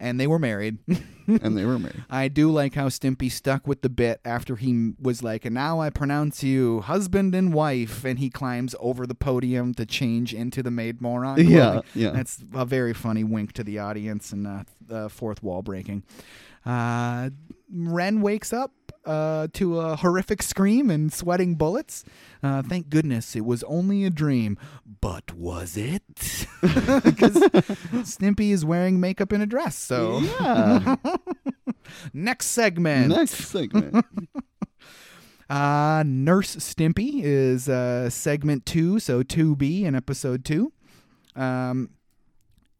and they were married. and they were married. I do like how Stimpy stuck with the bit after he was like, and now I pronounce you husband and wife, and he climbs over the podium to change into the maid moron. Yeah, clothing. yeah. That's a very funny wink to the audience and uh, uh, fourth wall breaking. Uh, Ren wakes up uh, to a horrific scream and sweating bullets. Uh, thank goodness it was only a dream. But was it? Because Stimpy is wearing makeup and a dress. So Yeah. next segment. Next segment. Uh, Nurse Stimpy is uh, segment two, so 2B in episode two. Um,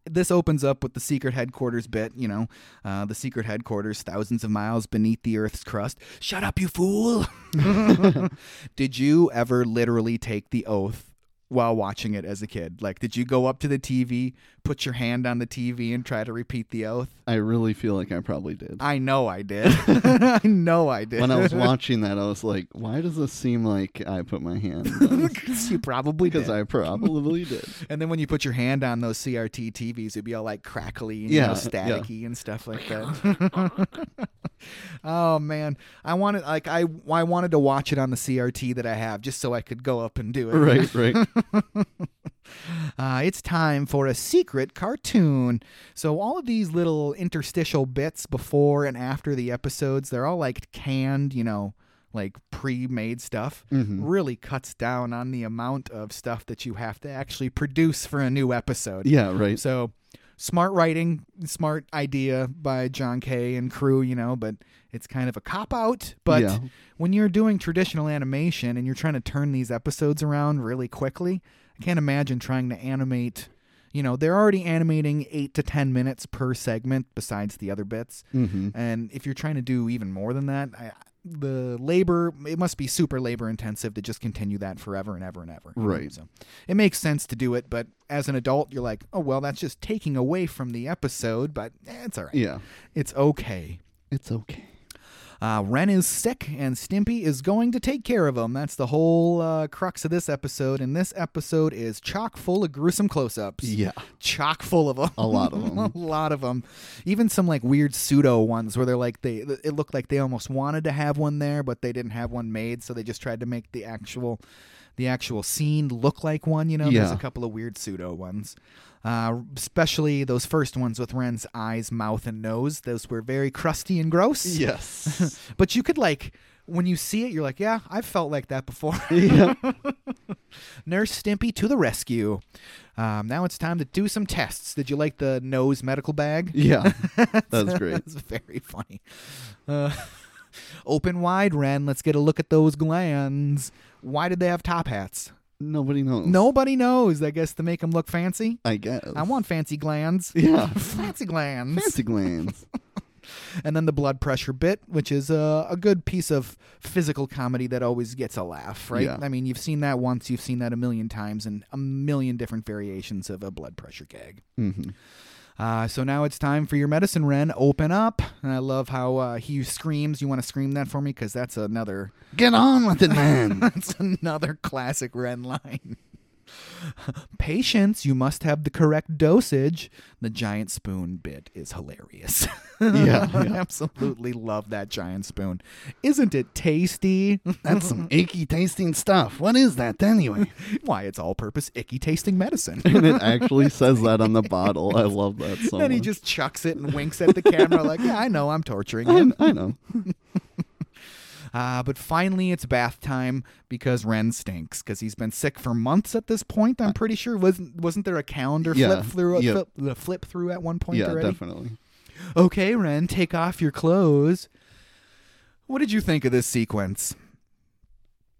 this opens up with the secret headquarters bit, you know, uh, the secret headquarters thousands of miles beneath the Earth's crust. Shut up, you fool! did you ever literally take the oath while watching it as a kid? Like, did you go up to the TV, put your hand on the TV, and try to repeat the oath? I really feel like I probably did. I know I did. I know I did. When I was watching that, I was like, why does this seem like I put my hand on? you probably did. Because I probably did. And then when you put your hand on those CRT TVs, it'd be all like crackly and Yeah, you know, yeah. staticky and stuff like that. oh man, I wanted like I I wanted to watch it on the CRT that I have just so I could go up and do it. Right, right. Uh, it's time for a secret cartoon. So all of these little interstitial bits before and after the episodes, they're all like canned, you know, like pre-made stuff. Mm-hmm. Really cuts down on the amount of stuff that you have to actually produce for a new episode. Yeah, right. So smart writing, smart idea by John Kay and crew, you know, but it's kind of a cop out. But Yeah. when you're doing traditional animation and you're trying to turn these episodes around really quickly, I can't imagine trying to animate you know, they're already animating eight to ten minutes per segment besides the other bits. Mm-hmm. And if you're trying to do even more than that, I, the labor it must be super labor intensive to just continue that forever and ever and ever. you know? Right. So it makes sense to do it, but as an adult, you're like, oh well, that's just taking away from the episode, but eh, it's all right. Yeah. It's okay. It's okay. Uh, Ren is sick, and Stimpy is going to take care of him. That's the whole uh, crux of this episode, and this episode is chock full of gruesome close-ups Yeah. chock full of them. A lot of 'em. a lot of them. Even some like weird pseudo ones where they're like they it looked like they almost wanted to have one there, but they didn't have one made, so they just tried to make the actual the actual scene look like one. You know, there's a Yeah. couple of weird pseudo ones. Uh, especially those first ones with Ren's eyes, mouth, and nose. Those were very crusty and gross. Yes. But you could like when you see it, you're like, yeah, I've felt like that before. yeah. Nurse Stimpy to the rescue. Um, now it's time to do some tests. Did you like the nose medical bag? Yeah. That's great. That's very funny. Uh, open wide, Ren. Let's get a look at those glands. Why did they have top hats? Nobody knows. Nobody knows. I guess to make them look fancy. I guess. I want fancy glands. Yeah. fancy glands. Fancy glands. And then the blood pressure bit, which is a, a good piece of physical comedy that always gets a laugh, right? Yeah. I mean, you've seen that once, you've seen that a million times, and a million different variations of a blood pressure gag. Mm-hmm. Uh, so now it's time for your medicine, Ren. Open up. And I love how uh, he screams. You want to scream that for me? Because that's another Get on with it, man. that's another classic Ren line. Patience, you must have the correct dosage. The giant spoon bit is hilarious. Yeah, I yeah. absolutely love that giant spoon. Isn't it tasty? That's some icky tasting stuff. What is that anyway? Why, it's all purpose icky tasting medicine. and it actually says that on the bottle. I love that so And he much. just chucks it and winks at the camera, like, yeah, I know, I'm torturing I, him. I know. Uh, but finally, it's bath time because Ren stinks because he's been sick for months at this point. I'm pretty sure wasn't wasn't there a calendar Yeah, flip through yeah. flip, the flip through at one point yeah, already? definitely. Okay, Ren, take off your clothes. What did you think of this sequence?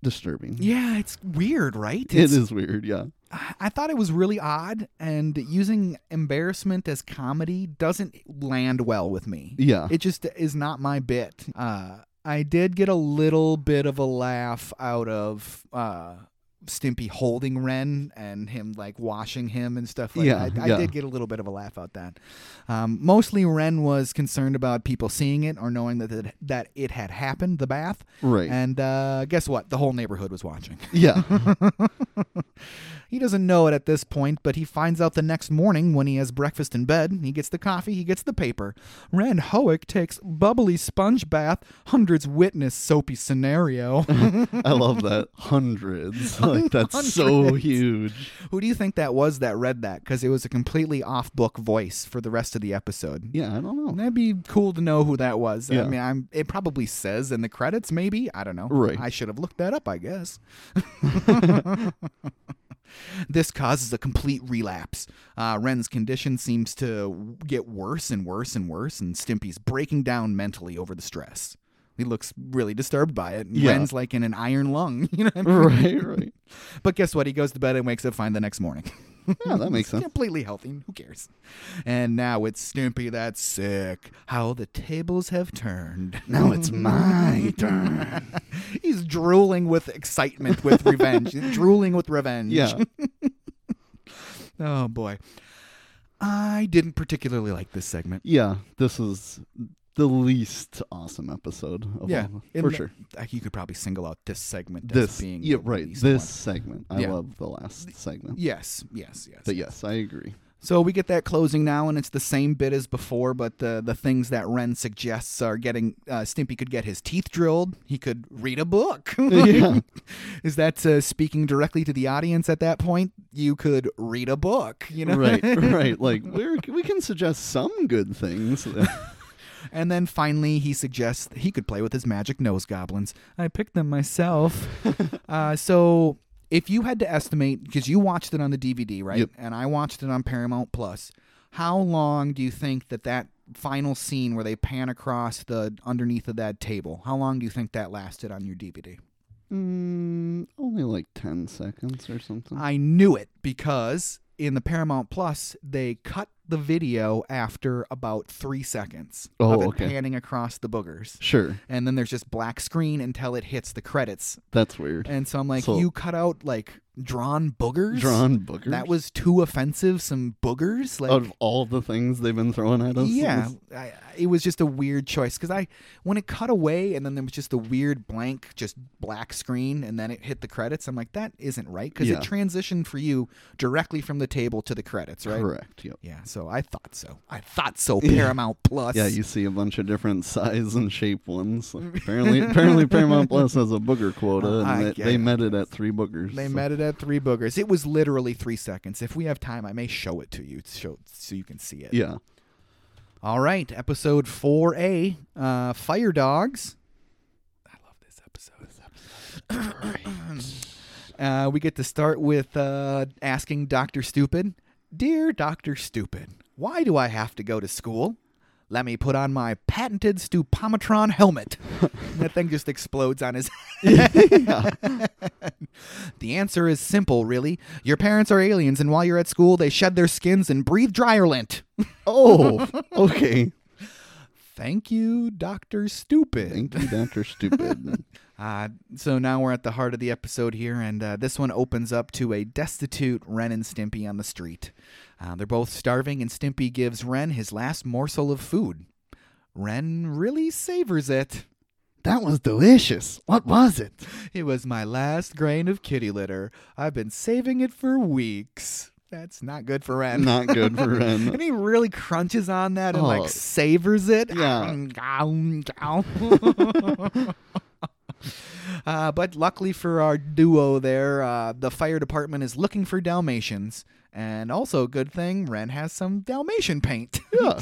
disturbing. Yeah, it's weird, right? It It's- is weird, yeah. I I thought it was really odd, and using embarrassment as comedy doesn't land well with me. Yeah. It just is not my bit. Uh, I did get a little bit of a laugh out of uh, Stimpy holding Ren and him like washing him and stuff like Yeah, that. I, yeah. I did get a little bit of a laugh out that. Um, mostly, Ren was concerned about people seeing it or knowing that it, that it had happened, the bath. right. And uh, guess what? The whole neighborhood was watching. yeah. He doesn't know it at this point, but he finds out the next morning when he has breakfast in bed. He gets the coffee, he gets the paper. Ren Hoek takes bubbly sponge bath, hundreds witness soapy scenario. I love that. Hundreds. Like that's so Hundreds. huge. Who do you think that was that read that? Because it was a completely off book voice for the rest of the episode. Yeah, I don't know. That'd be cool to know who that was. I Yeah. mean, I'm, it probably says in the credits, maybe. I don't know. Right. I should have looked that up, I guess. this causes a complete relapse. Uh, Ren's condition seems to get worse and worse and worse, and Stimpy's breaking down mentally over the stress. He looks really disturbed by it. And Yeah. Ren's like in an iron lung, you know. what I mean? right, right. But guess what? He goes to bed and wakes up fine the next morning. Yeah, that makes sense. Completely healthy. Who cares? And now it's Stimpy that's sick. How the tables have turned. Now it's my turn. He's drooling with excitement, with revenge. drooling with revenge. Yeah. Oh, boy. I didn't particularly like this segment. Yeah. This is the least awesome episode of Yeah, all of them. in For the- sure. Uh, You could probably single out this segment as This being. Yeah, the right. least This one. segment. I Yeah. love the last segment. Yes, yes, yes. But yes, I agree. So we get that closing now, and it's the same bit as before, but the the things that Ren suggests are getting uh, Stimpy could get his teeth drilled. He could read a book. Yeah. Is that uh, speaking directly to the audience at that point? You could read a book, you know. right, right. Like we're, we can suggest some good things. And then finally, he suggests he could play with his magic nose goblins. I picked them myself. uh, so if you had to estimate, because you watched it on the DVD, right? Yep. And I watched it on Paramount Plus. How long do you think that that final scene where they pan across the underneath of that table? How long do you think that lasted on your DVD? Mm, only like 10 seconds or something. I knew it because in the Paramount Plus, they cut the video after about three seconds of Oh, it okay. panning across the boogers. sure. and then there's just black screen until it hits the credits. That's weird. And so I'm like, So- you cut out like drawn boogers. Drawn Booker. That was too offensive. Some boogers, like out of all the things they've been throwing at us. yeah, this- I, I- it was just a weird choice because I when it cut away and then there was just a weird blank, just black screen, and then it hit the credits. I'm like, that isn't right because Yeah. it transitioned for you directly from the table to the credits, right? Correct. Yep. Yeah, so I thought so. I thought so. Paramount Plus. Yeah, you see a bunch of different size and shape ones. Like, apparently, apparently Paramount Plus has a booger quota, I and they, get they it. met it at three boogers. They so- met it at three boogers. It was literally three seconds. If we have time, I may show it to you to show, so you can see it. Yeah. All right, episode 4A uh, Fire Dogs. I love this episode. uh, we get to start with uh, asking Dr. Stupid Dear Dr. Stupid, why do I have to go to school? Let me put on my patented stupometron helmet. that thing just explodes on his The answer is simple, really. Your parents are aliens, and while you're at school, they shed their skins and breathe dryer lint. Oh, okay. Thank you, Dr. Stupid. Thank you, Dr. Stupid. Uh, so now we're at the heart of the episode here, and uh, this one opens up to a destitute Ren and Stimpy on the street. Uh, they're both starving, and Stimpy gives Ren his last morsel of food. Ren really savors it. That was delicious. What was it? It was my last grain of kitty litter. I've been saving it for weeks. That's not good for Ren. Not good for Ren. And he really crunches on that and Oh. like savors it. Yeah. Uh, but luckily for our duo there, uh, the fire department is looking for Dalmatians. And also, good thing Ren has some Dalmatian paint. Yeah.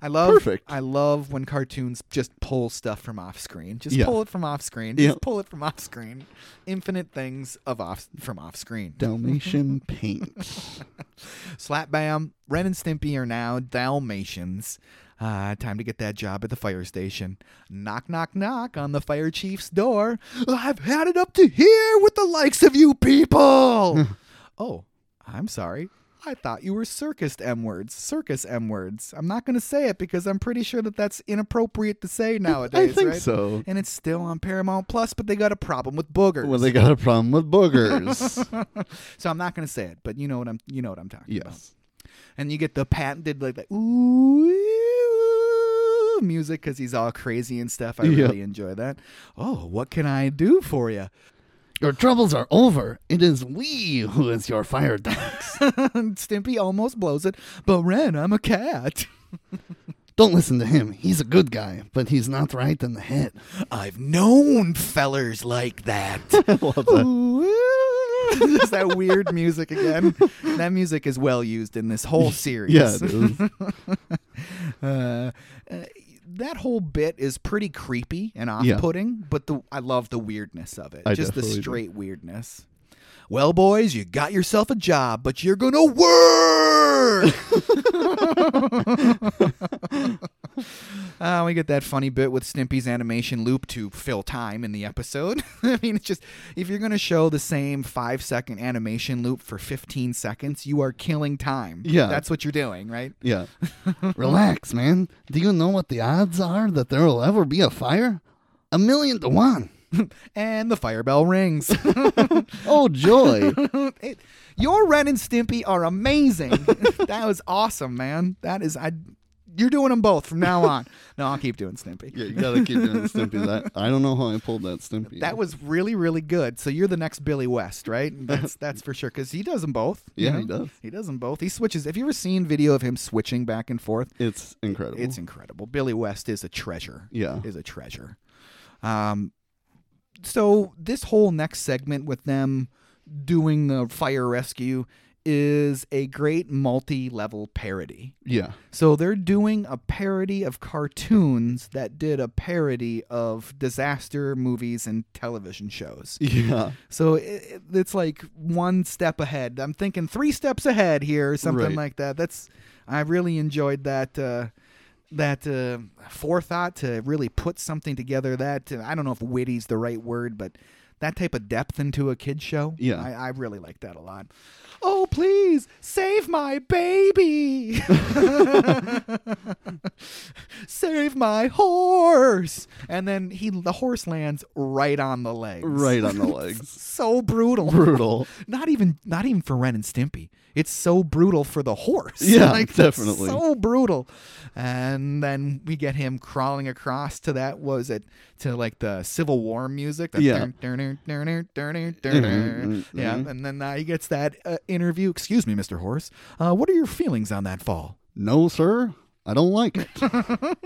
I love. Perfect. I love when cartoons just pull stuff from off screen. Just Yeah. pull it from off screen. Yeah. Just pull it from off screen. Infinite things of off from off screen. Dalmatian paint. Slap bam. Ren and Stimpy are now Dalmatians. Ah, time to get that job at the fire station. Knock, knock, knock on the fire chief's door. I've had it up to here with the likes of you people. oh, I'm sorry. I thought you were circus M words. Circus M words. I'm not going to say it because I'm pretty sure that that's inappropriate to say nowadays, I think right? so. And it's still on Paramount Plus, but they got a problem with boogers. Well, they got a problem with boogers. so I'm not going to say it, but you know what I'm you know what I'm talking about yes. and you get the patented like the ooh music because he's all crazy and stuff. I Yeah. really enjoy that. Oh, what can I do for you? Your troubles are over. It is we who is your fire dogs. Stimpy almost blows it, but Ren, I'm a cat. Don't listen to him. He's a good guy, but he's not right in the head. I've known fellers like that. Ooh, Just that weird music again. That music is well used in this whole series. Yeah, it is. uh, uh, that whole bit is pretty creepy and Yeah. off-putting, but the I love the weirdness of it. I Just the definitely do. straight weirdness. Well, boys, you got yourself a job, but you're gonna work. Uh, we get that funny bit with Stimpy's animation loop to fill time in the episode. I mean, it's just if you're gonna show the same five second animation loop for 15 seconds, you are killing time. Yeah. that's what you're doing, right? yeah. Relax, man. Do you know what the odds are that there will ever be a fire? A million to one. and the fire bell rings. Oh, joy. It- your Ren and Stimpy are amazing. that was awesome, man. That is, I, you're doing them both from now on. no, I'll keep doing Stimpy. Yeah, you gotta keep doing Stimpy. That I don't know how I pulled that Stimpy. That was really, really good. So you're the next Billy West, right? That's that's for sure. Because he does them both. you Yeah, he know? does. He does them both. He switches. Have you ever seen video of him switching back and forth? It's incredible. It's incredible. Billy West is a treasure. yeah. is a treasure. Um, so this whole next segment with them doing the fire rescue is a great multi-level parody. yeah. So they're doing a parody of cartoons that did a parody of disaster movies and television shows. Yeah. So i i- it's like one step ahead. I'm thinking three steps ahead here, or something Right. like that. That's I really enjoyed that uh, that uh, forethought to really put something together. That uh, I don't know if witty's the right word, but that type of depth into a kid show. Yeah. I, I really like that a lot. Oh please save my baby, save my horse, and then he the horse lands right on the legs Right on the legs. so brutal. Brutal. Not even not even for Ren and Stimpy. It's so brutal for the horse. Yeah, Like, definitely. So brutal. And then we get him crawling across to that what was it to like the Civil War music. The Yeah. Mm-hmm, dun- dun- dun- dun- dun- dun- dun. Yeah. And then uh, he gets that uh, interview. Excuse me, Mister Horse. Uh, what are your feelings on that fall? No, sir. I don't like it.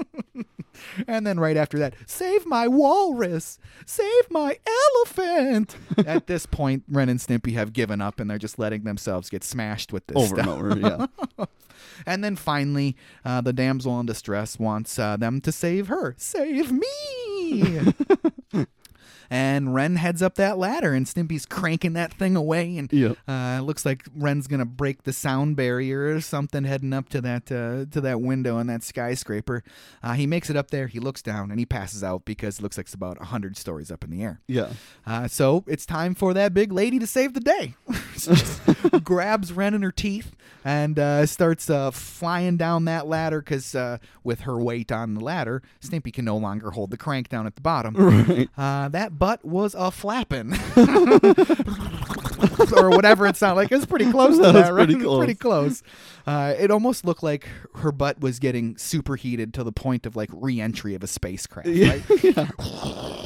And then right after that, save my walrus, save my elephant. At this point, Ren and Stimpy have given up and they're just letting themselves get smashed with this Over stuff. and over. Yeah. And then finally, uh, the damsel in distress wants uh, them to save her. Save me! and Ren heads up that ladder, and Stimpy's cranking that thing away. And Yeah. uh, it looks like Ren's gonna break the sound barrier or something, heading up to that uh, to that window on that skyscraper. Uh, he makes it up there. He looks down and he passes out because it looks like it's about hundred stories up in the air. Yeah. Uh, so it's time for that big lady to save the day. She just grabs Ren in her teeth and uh, starts uh, flying down that ladder because uh, with her weight on the ladder, Stimpy can no longer hold the crank down at the bottom. Right. Uh, that butt was a flapping. or whatever it sounded like. It was pretty close to That that, was right? pretty close. pretty close. Uh, it almost looked like her butt was getting superheated to the point of like re entry of a spacecraft, Yeah. right?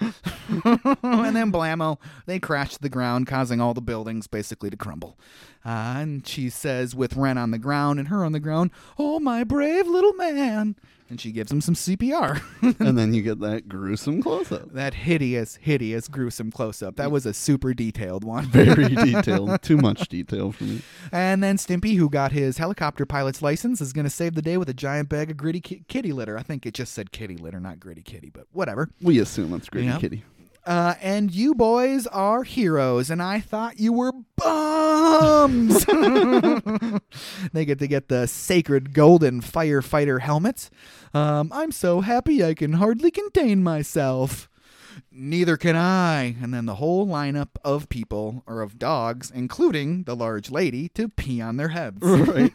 and then blammo, they crash to the ground, causing all the buildings basically to crumble. Uh, and she says, with Ren on the ground and her on the ground, "Oh my brave little man," and she gives him some CPR. and then you get that gruesome close up. that hideous, hideous, gruesome close-up. That was a super detailed one. Very detailed. Too much detail for me. And then Stimpy, who got his helicopter pilot's license, is going to save the day with a giant bag of gritty ki- kitty litter. I think it just said kitty litter, not gritty kitty, but whatever. We assume it's Gritty Yeah. Kitty. Uh, and you boys are heroes, and I thought you were bums. They get to get the sacred golden firefighter helmets. Um, I'm so happy I can hardly contain myself. Neither can I. And then the whole lineup of people, or of dogs, including the large lady, to pee on their heads. Right.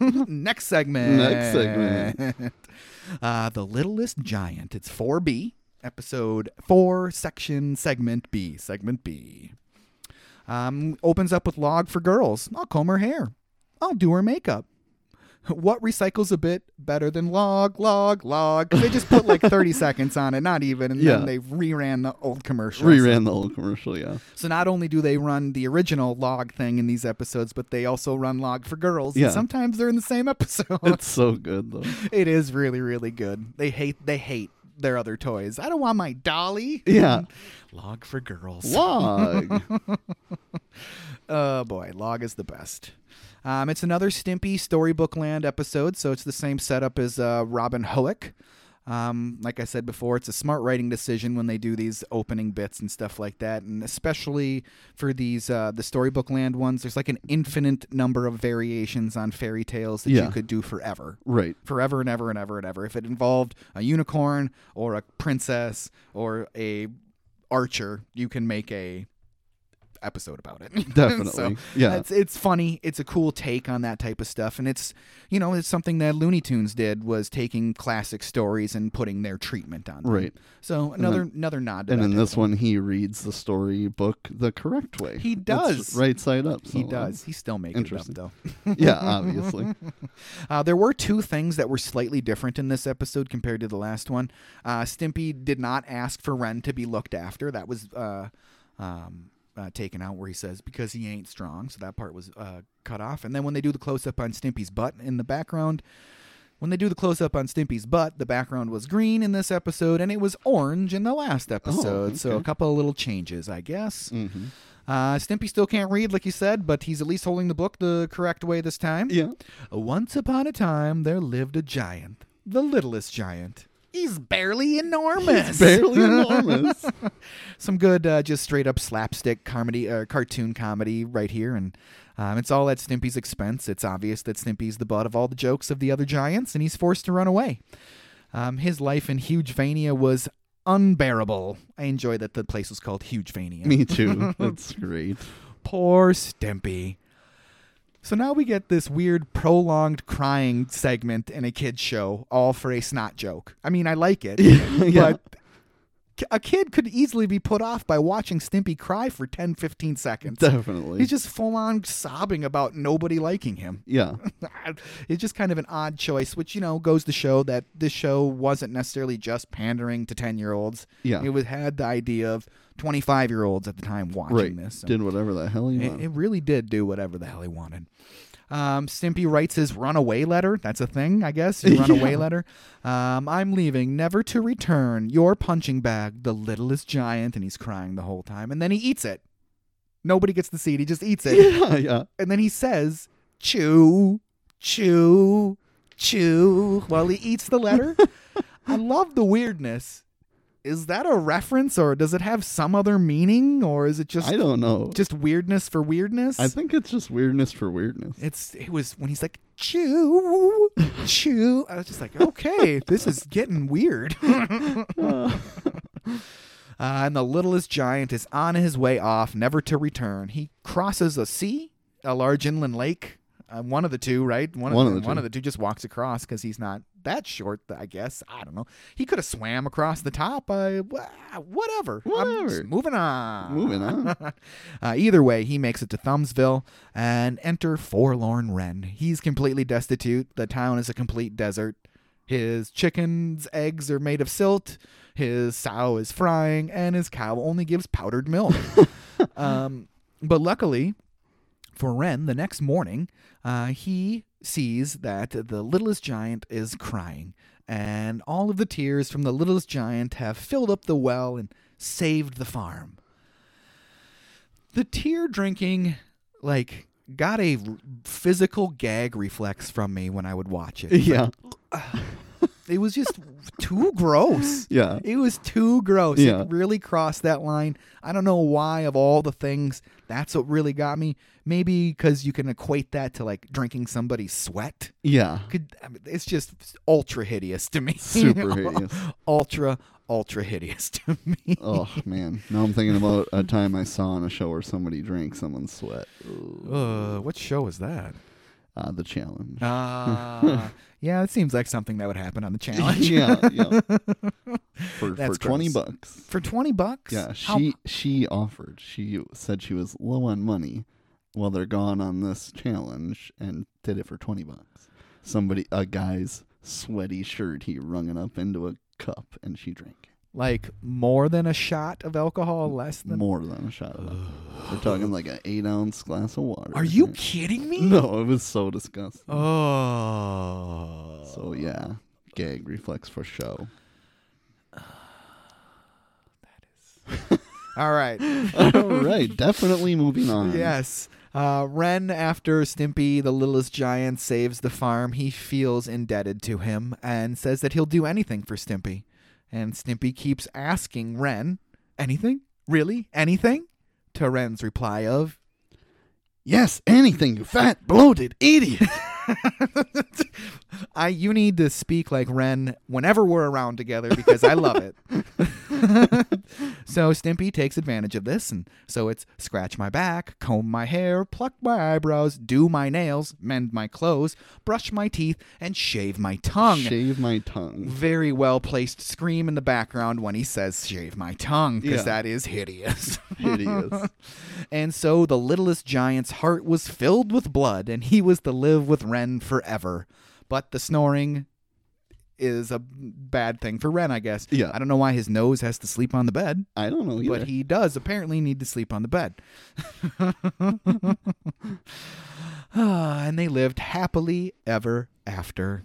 Next segment. Next segment. uh, the Littlest Giant. It's 4B, episode 4, section segment B. Segment B. Um, opens up with log for girls. I'll comb her hair. I'll do her makeup. What recycles a bit better than log, log, log? 'Cause They just put like 30 seconds on it, not even, and Yeah. then they reran the old commercials. Reran the whole commercial, yeah. So not only do they run the original log thing in these episodes, but they also run log for girls. and Yeah. sometimes they're in the same episode. It's so good though. it is really, really good. They hate they hate their other toys. I don't want my dolly. Yeah. Log for girls. Log. Oh boy, Log is the best. Um, it's another Stimpy Storybook Land episode, so it's the same setup as uh, Robin Hoek. Um, like I said before, it's a smart writing decision when they do these opening bits and stuff like that, and especially for these uh, the Storybook Land ones. There's like an infinite number of variations on fairy tales that Yeah. you could do forever right. forever and ever and ever and ever. If it involved a unicorn or a princess or a archer, you can make a episode about it. Definitely. Yeah. It's it's funny. It's a cool take on that type of stuff and it's you know, it's something that Looney Tunes did was taking classic stories and putting their treatment on them. Right. So another another nod to And that in type this of- one he reads the story book the correct way. He It's does. right side up. he so, uh, does. He's still making it up Interesting. though. yeah, obviously. Uh, there were two things that were slightly different in this episode compared to the last one. Uh, Stimpy did not ask for Ren to be looked after. That was uh, um, uh, taken out where he says because he ain't strong. So that part was uh, cut off. And then when they do the close up on Stimpy's butt in the background, when they do the close up on Stimpy's butt, the background was green in this episode and it was orange in the last episode. So okay. a couple of little changes, I guess. hmm Uh, Stimpy still can't read, like you said, but he's at least holding the book the correct way this time. Yeah. Once upon a time, there lived a giant, the littlest giant. He's barely enormous. Barely enormous. Some good, uh, just straight up slapstick comedy, uh, cartoon comedy right here, and um, it's all at Stimpy's expense. It's obvious that Stimpy's the butt of all the jokes of the other giants, and he's forced to run away. Um, his life in Hugevania was unbearable. I enjoy that the place was called Hugevania. Me too. That's great. Poor Stimpy. So now we get this weird prolonged crying segment in a kid's show, all for a snot joke. I mean, I like it, yeah. but k- a kid could easily be put off by watching Stimpy cry for 10, 15 seconds. Definitely. He's just full on sobbing about nobody liking him. yeah. it's just kind of an odd choice, which, you know, goes to show that this show wasn't necessarily just pandering to 10 year olds. Yeah. It was, had the idea of 25 year olds at the time watching Right. this. so- Did whatever the hell he it, wanted. it really did do whatever the hell he wanted. Um, Stimpy writes his runaway letter. That's a thing, I guess. His runaway letter. Um, I'm leaving, never to return. Your punching bag, the littlest giant, and he's crying the whole time. And then he eats it. Nobody gets to see it. He just eats it. yeah, yeah. and then he says, "Chew, chew, chew," while he eats the letter. I love the weirdness. Is that a reference, or does it have some other meaning, or is it just I don't know. just weirdness for weirdness. I think it's just weirdness for weirdness. it's it was when he's like chew chew. I was just like, okay, this is getting weird. Uh, Uh, and the littlest giant is on his way off, never to return. He crosses a sea, a large inland lake. Uh, one of the two, right? One of the one two. of the two just walks across because he's not that short. I guess I don't know. He could have swam across the top. Uh, wha- whatever. I'm just Whatever. moving on. Moving on. uh, either way, he makes it to Thumbsville and enter Forlorn Wren. He's completely destitute. The town is a complete desert. His chicken's eggs are made of silt. His sow is frying, and his cow only gives powdered milk. um, but luckily for Wren, the next morning, uh, he sees that the littlest giant is crying, and all of the tears from the littlest giant have filled up the well and saved the farm the tear drinking like got a r- physical gag reflex from me when I would watch it. yeah. It was just too gross. Yeah. It was too gross. Yeah. It really crossed that line. I don't know why, of all the things, that's what really got me. Maybe because you can equate that to like drinking somebody's sweat. Yeah. Could I mean, it's just ultra hideous to me. Super hideous. ultra, ultra hideous to me. Oh man. Now I'm thinking about a time I saw on a show where somebody drank someone's sweat. Uh, what show is that? Uh, the challenge. Uh, yeah, it seems like something that would happen on the challenge. yeah, yeah. For for That's twenty gross. bucks. For 20 bucks? Yeah, How- she she offered. She said she was low on money while they're gone on this challenge and did it for 20 bucks. Somebody a guy's sweaty shirt he wrung it up into a cup and she drank like more than a shot of alcohol, less than. more than a shot of it. We're talking like an 8 ounce glass of water. Are you kidding me? No, it was so disgusting. Oh. So yeah, gag reflex for show. All right. All right, definitely moving on. yes. Uh, Ren, after Stimpy, the littlest giant, saves the farm, he feels indebted to him and says that he'll do anything for Stimpy. And Stimpy keeps asking Ren, anything? Really? Anything? To Ren's reply of, Yes, anything, you fat bloated idiot. I you need to speak like Ren whenever we're around together because I love it. so Stimpy takes advantage of this, and so it's scratch my back, comb my hair, pluck my eyebrows, do my nails, mend my clothes, brush my teeth, and shave my tongue. Shave my tongue. Very well placed scream in the background when he says shave my tongue because Yeah. that is hideous. Hideous. And so the littlest giant's heart was filled with blood, and he was to live with Ren forever. But the snoring is a bad thing for Ren, I guess. Yeah. I don't know why his nose has to sleep on the bed, I don't know either. but he does apparently need to sleep on the bed. Ah, and they lived happily ever after.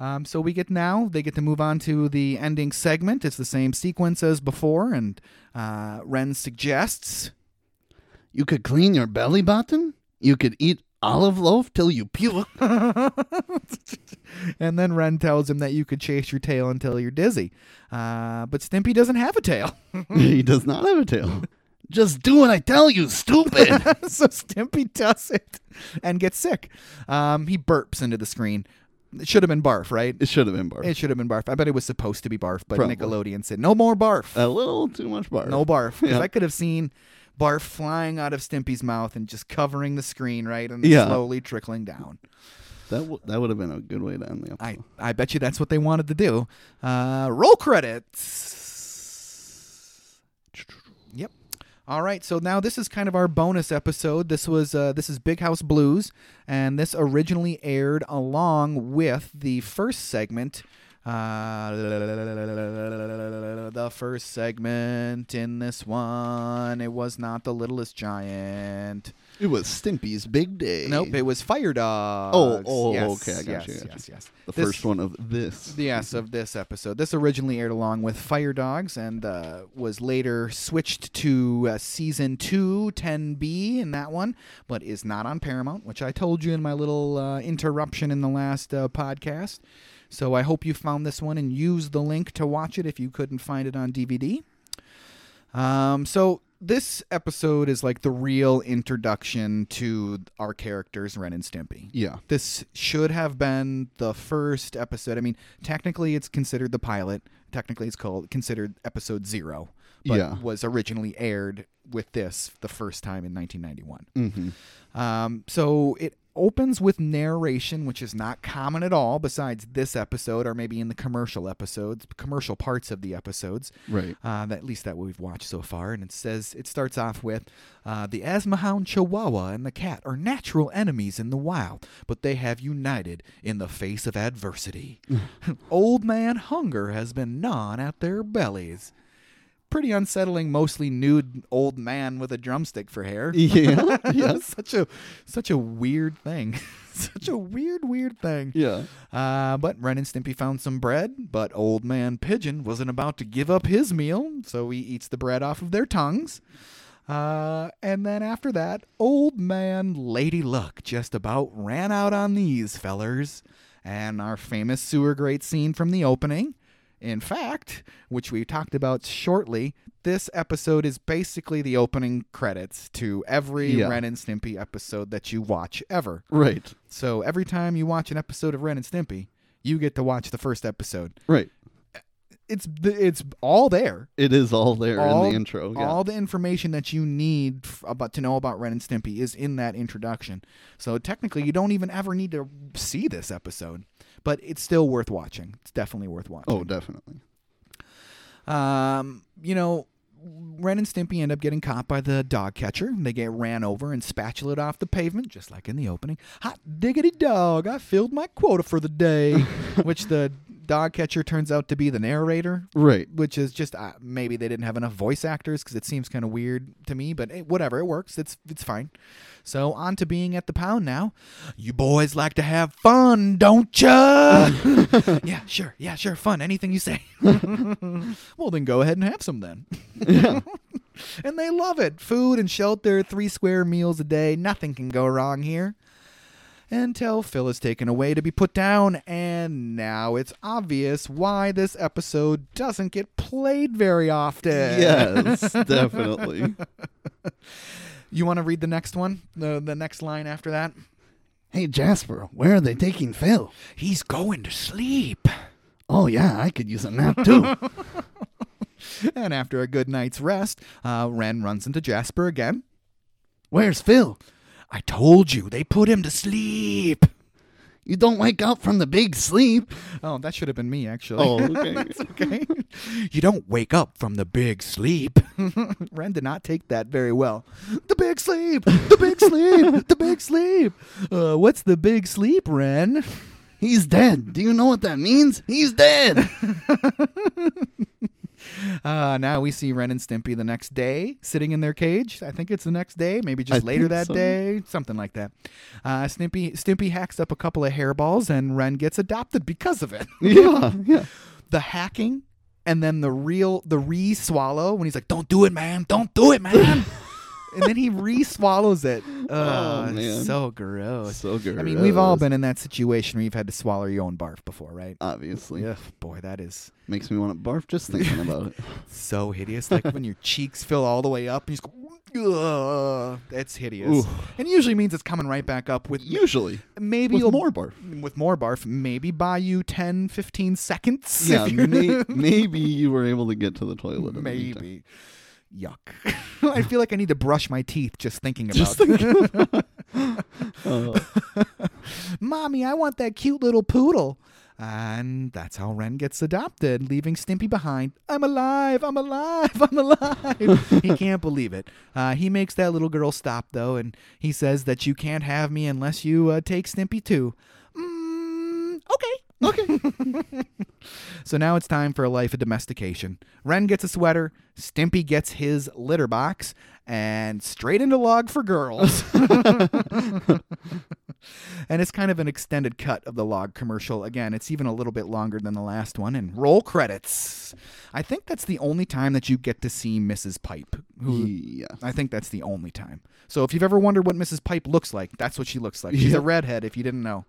Um, so we get now, they get to move on to the ending segment. It's the same sequence as before, and uh, Ren suggests You could clean your belly button. You could eat olive loaf till you puke. and then Ren tells him that you could chase your tail until you're dizzy. Uh, but Stimpy doesn't have a tail. he does not have a tail. Just do what I tell you, stupid. so Stimpy does it and gets sick. Um, he burps into the screen. It should have been barf, right? it should have been barf. It should have been barf. I bet it was supposed to be barf, but Probably. Nickelodeon said, no more barf. a little too much barf. no barf. 'Cause Yeah. I could have seen barf flying out of Stimpy's mouth and just covering the screen, right? And Yeah. slowly trickling down. That, w- that would have been a good way to end the I, episode. I bet you that's what they wanted to do. Uh, roll credits. Yep. All right. So now this is kind of our bonus episode. This was uh, this is Big House Blues, and this originally aired along with the first segment. Uh, the first segment in this one, it was not the littlest giant. it was Stimpy's big day. Nope, it was Fire Dogs. Oh, oh, Yes, okay, I yes, got you, got you. yes, yes. The This- first one of this. Yes, of this episode. This originally aired along with Fire Dogs and uh, was later switched to uh, season two, 10B in that one, but is not on Paramount, which I told you in my little uh, interruption in the last uh, podcast. So I hope you found this one and used the link to watch it if you couldn't find it on DVD. Um, so this episode is like the real introduction to our characters, Ren and Stimpy Yeah. this should have been the first episode. I mean, technically it's considered the pilot. Technically it's called considered episode 0, but Yeah. was originally aired with this the first time in 1991. hmm Um, so it opens with narration, which is not common at all, besides this episode or maybe in the commercial episodes, commercial parts of the episodes. Right. Uh, that, at least that what we've watched so far. And it says it starts off with uh, the asthma hound Chihuahua and the cat are natural enemies in the wild, but they have united in the face of adversity. Old man hunger has been gnawing at their bellies. Pretty unsettling, mostly nude old man with a drumstick for hair. Yeah. yeah. such a such a weird thing. such a weird, weird thing. Yeah. Uh, but Ren and Stimpy found some bread, but Old Man Pigeon wasn't about to give up his meal, so he eats the bread off of their tongues. Uh, and then after that, Old Man Lady Luck just about ran out on these fellers. and our famous sewer grate scene from the opening. In fact, which we talked about shortly, this episode is basically the opening credits to every Yeah. Ren and Stimpy episode that you watch ever. Right. So every time you watch an episode of Ren and Stimpy, you get to watch the first episode. Right. It's it's all there. It is all there All- in the intro. Oh, Yeah. All the information that you need f- about to know about Ren and Stimpy is in that introduction. So technically, you don't even ever need to see this episode, but it's still worth watching. It's definitely worth watching. oh, definitely. Um, you know, Ren and Stimpy end up getting caught by the dog catcher. They get ran over and spatulated off the pavement, just like in the opening. Hot diggity dog, I filled my quota for the day. which the dog catcher turns out to be the narrator, Right. which is just uh, maybe they didn't have enough voice actors because it seems kind of weird to me, but eh, whatever, it works. It's it's fine. So on to being at the pound now. You boys like to have fun, don't ya? yeah, sure, yeah, sure, fun. Anything you say. well, then go ahead and have some then. and they love it. Food and shelter, three square meals a day. Nothing can go wrong here. Until Phil is taken away to be put down, and now it's obvious why this episode doesn't get played very often. Yes, definitely. You want to read the next one? The, the next line after that? Hey, Jasper, where are they taking Phil? He's going to sleep. Oh, yeah, I could use a nap too. And after a good night's rest, uh, Ren runs into Jasper again. Where's Phil? I told you, they put him to sleep. You don't wake up from the big sleep. Oh, that should have been me, actually. Oh, okay. okay. You don't wake up from the big sleep. Ren did not take that very well. The big sleep, the big sleep, the big sleep. Uh, what's the big sleep, Ren? He's dead. Do you know what that means? He's dead. Uh, now we see Ren and Stimpy the next day sitting in their cage. I think it's the next day, maybe just I later think that so. day, something like that. Uh, Stimpy Stimpy hacks up a couple of hairballs, and Ren gets adopted because of it. yeah, yeah. the hacking and then the real the re swallow when he's like, "Don't do it, man! Don't do it, man!" and then he re swallows it. Oh, Ugh, man. so gross. So good. I mean, we've all been in that situation where you've had to swallow your own barf before, right? Obviously. Ugh, boy, that is Makes me want to barf just thinking about it. so hideous. Like when your cheeks fill all the way up and you just go, "Ugh," that's hideous. Oof. And usually means it's coming right back up with Usually. maybe With you'll- more barf. With more barf, maybe buy you 10, 15 seconds. Yeah, if you're- may- maybe you were able to get to the toilet. in the meantime. Maybe. Yuck. I feel like I need to brush my teeth just thinking about Just it. thinking. Uh, Mommy, I want that cute little poodle. And that's how Ren gets adopted, leaving Stimpy behind. I'm alive, I'm alive, I'm alive. he can't believe it. Uh, he makes that little girl stop, though, and he says that you can't have me unless you uh, take Stimpy too. Mm, okay, okay. so now it's time for a life of domestication. Ren gets a sweater, Stimpy gets his litter box, and straight into log for girls. And it's kind of an extended cut of the log commercial. Again, it's even a little bit longer than the last one. And roll credits. I think that's the only time that you get to see Mrs. Pipe. Who yeah. I think that's the only time. So if you've ever wondered what Mrs. Pipe looks like, that's what she looks like. She's a Yeah. redhead, if you didn't know.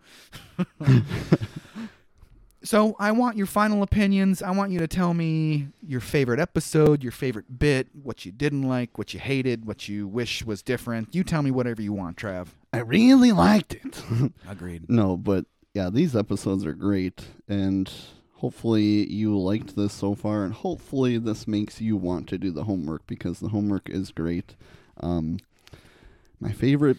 so I want your final opinions. I want you to tell me your favorite episode, your favorite bit, what you didn't like, what you hated, what you wish was different. You tell me whatever you want, Trav. I really liked it. Agreed. no, but yeah, these episodes are great, and hopefully you liked this so far, and hopefully this makes you want to do the homework because the homework is great. Um, my favorite.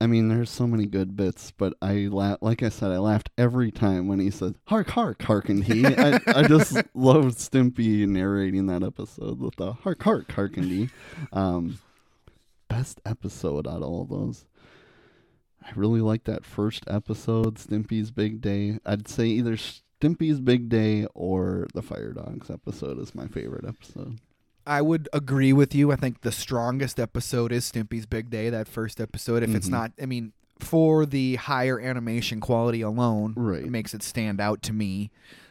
I mean, there's so many good bits, but I la- like I said, I laughed every time when he said "hark, hark, harken he." I, I just loved Stimpy narrating that episode with the "hark, hark, harken he." Um, best episode out of all those. I really like that first episode, Stimpy's Big Day. I'd say either Stimpy's Big Day or the Fire Dogs episode is my favorite episode. I would agree with you. I think the strongest episode is Stimpy's Big Day, that first episode. If it's Mhm. not, I mean, for the higher animation quality alone, Right. it makes it stand out to me.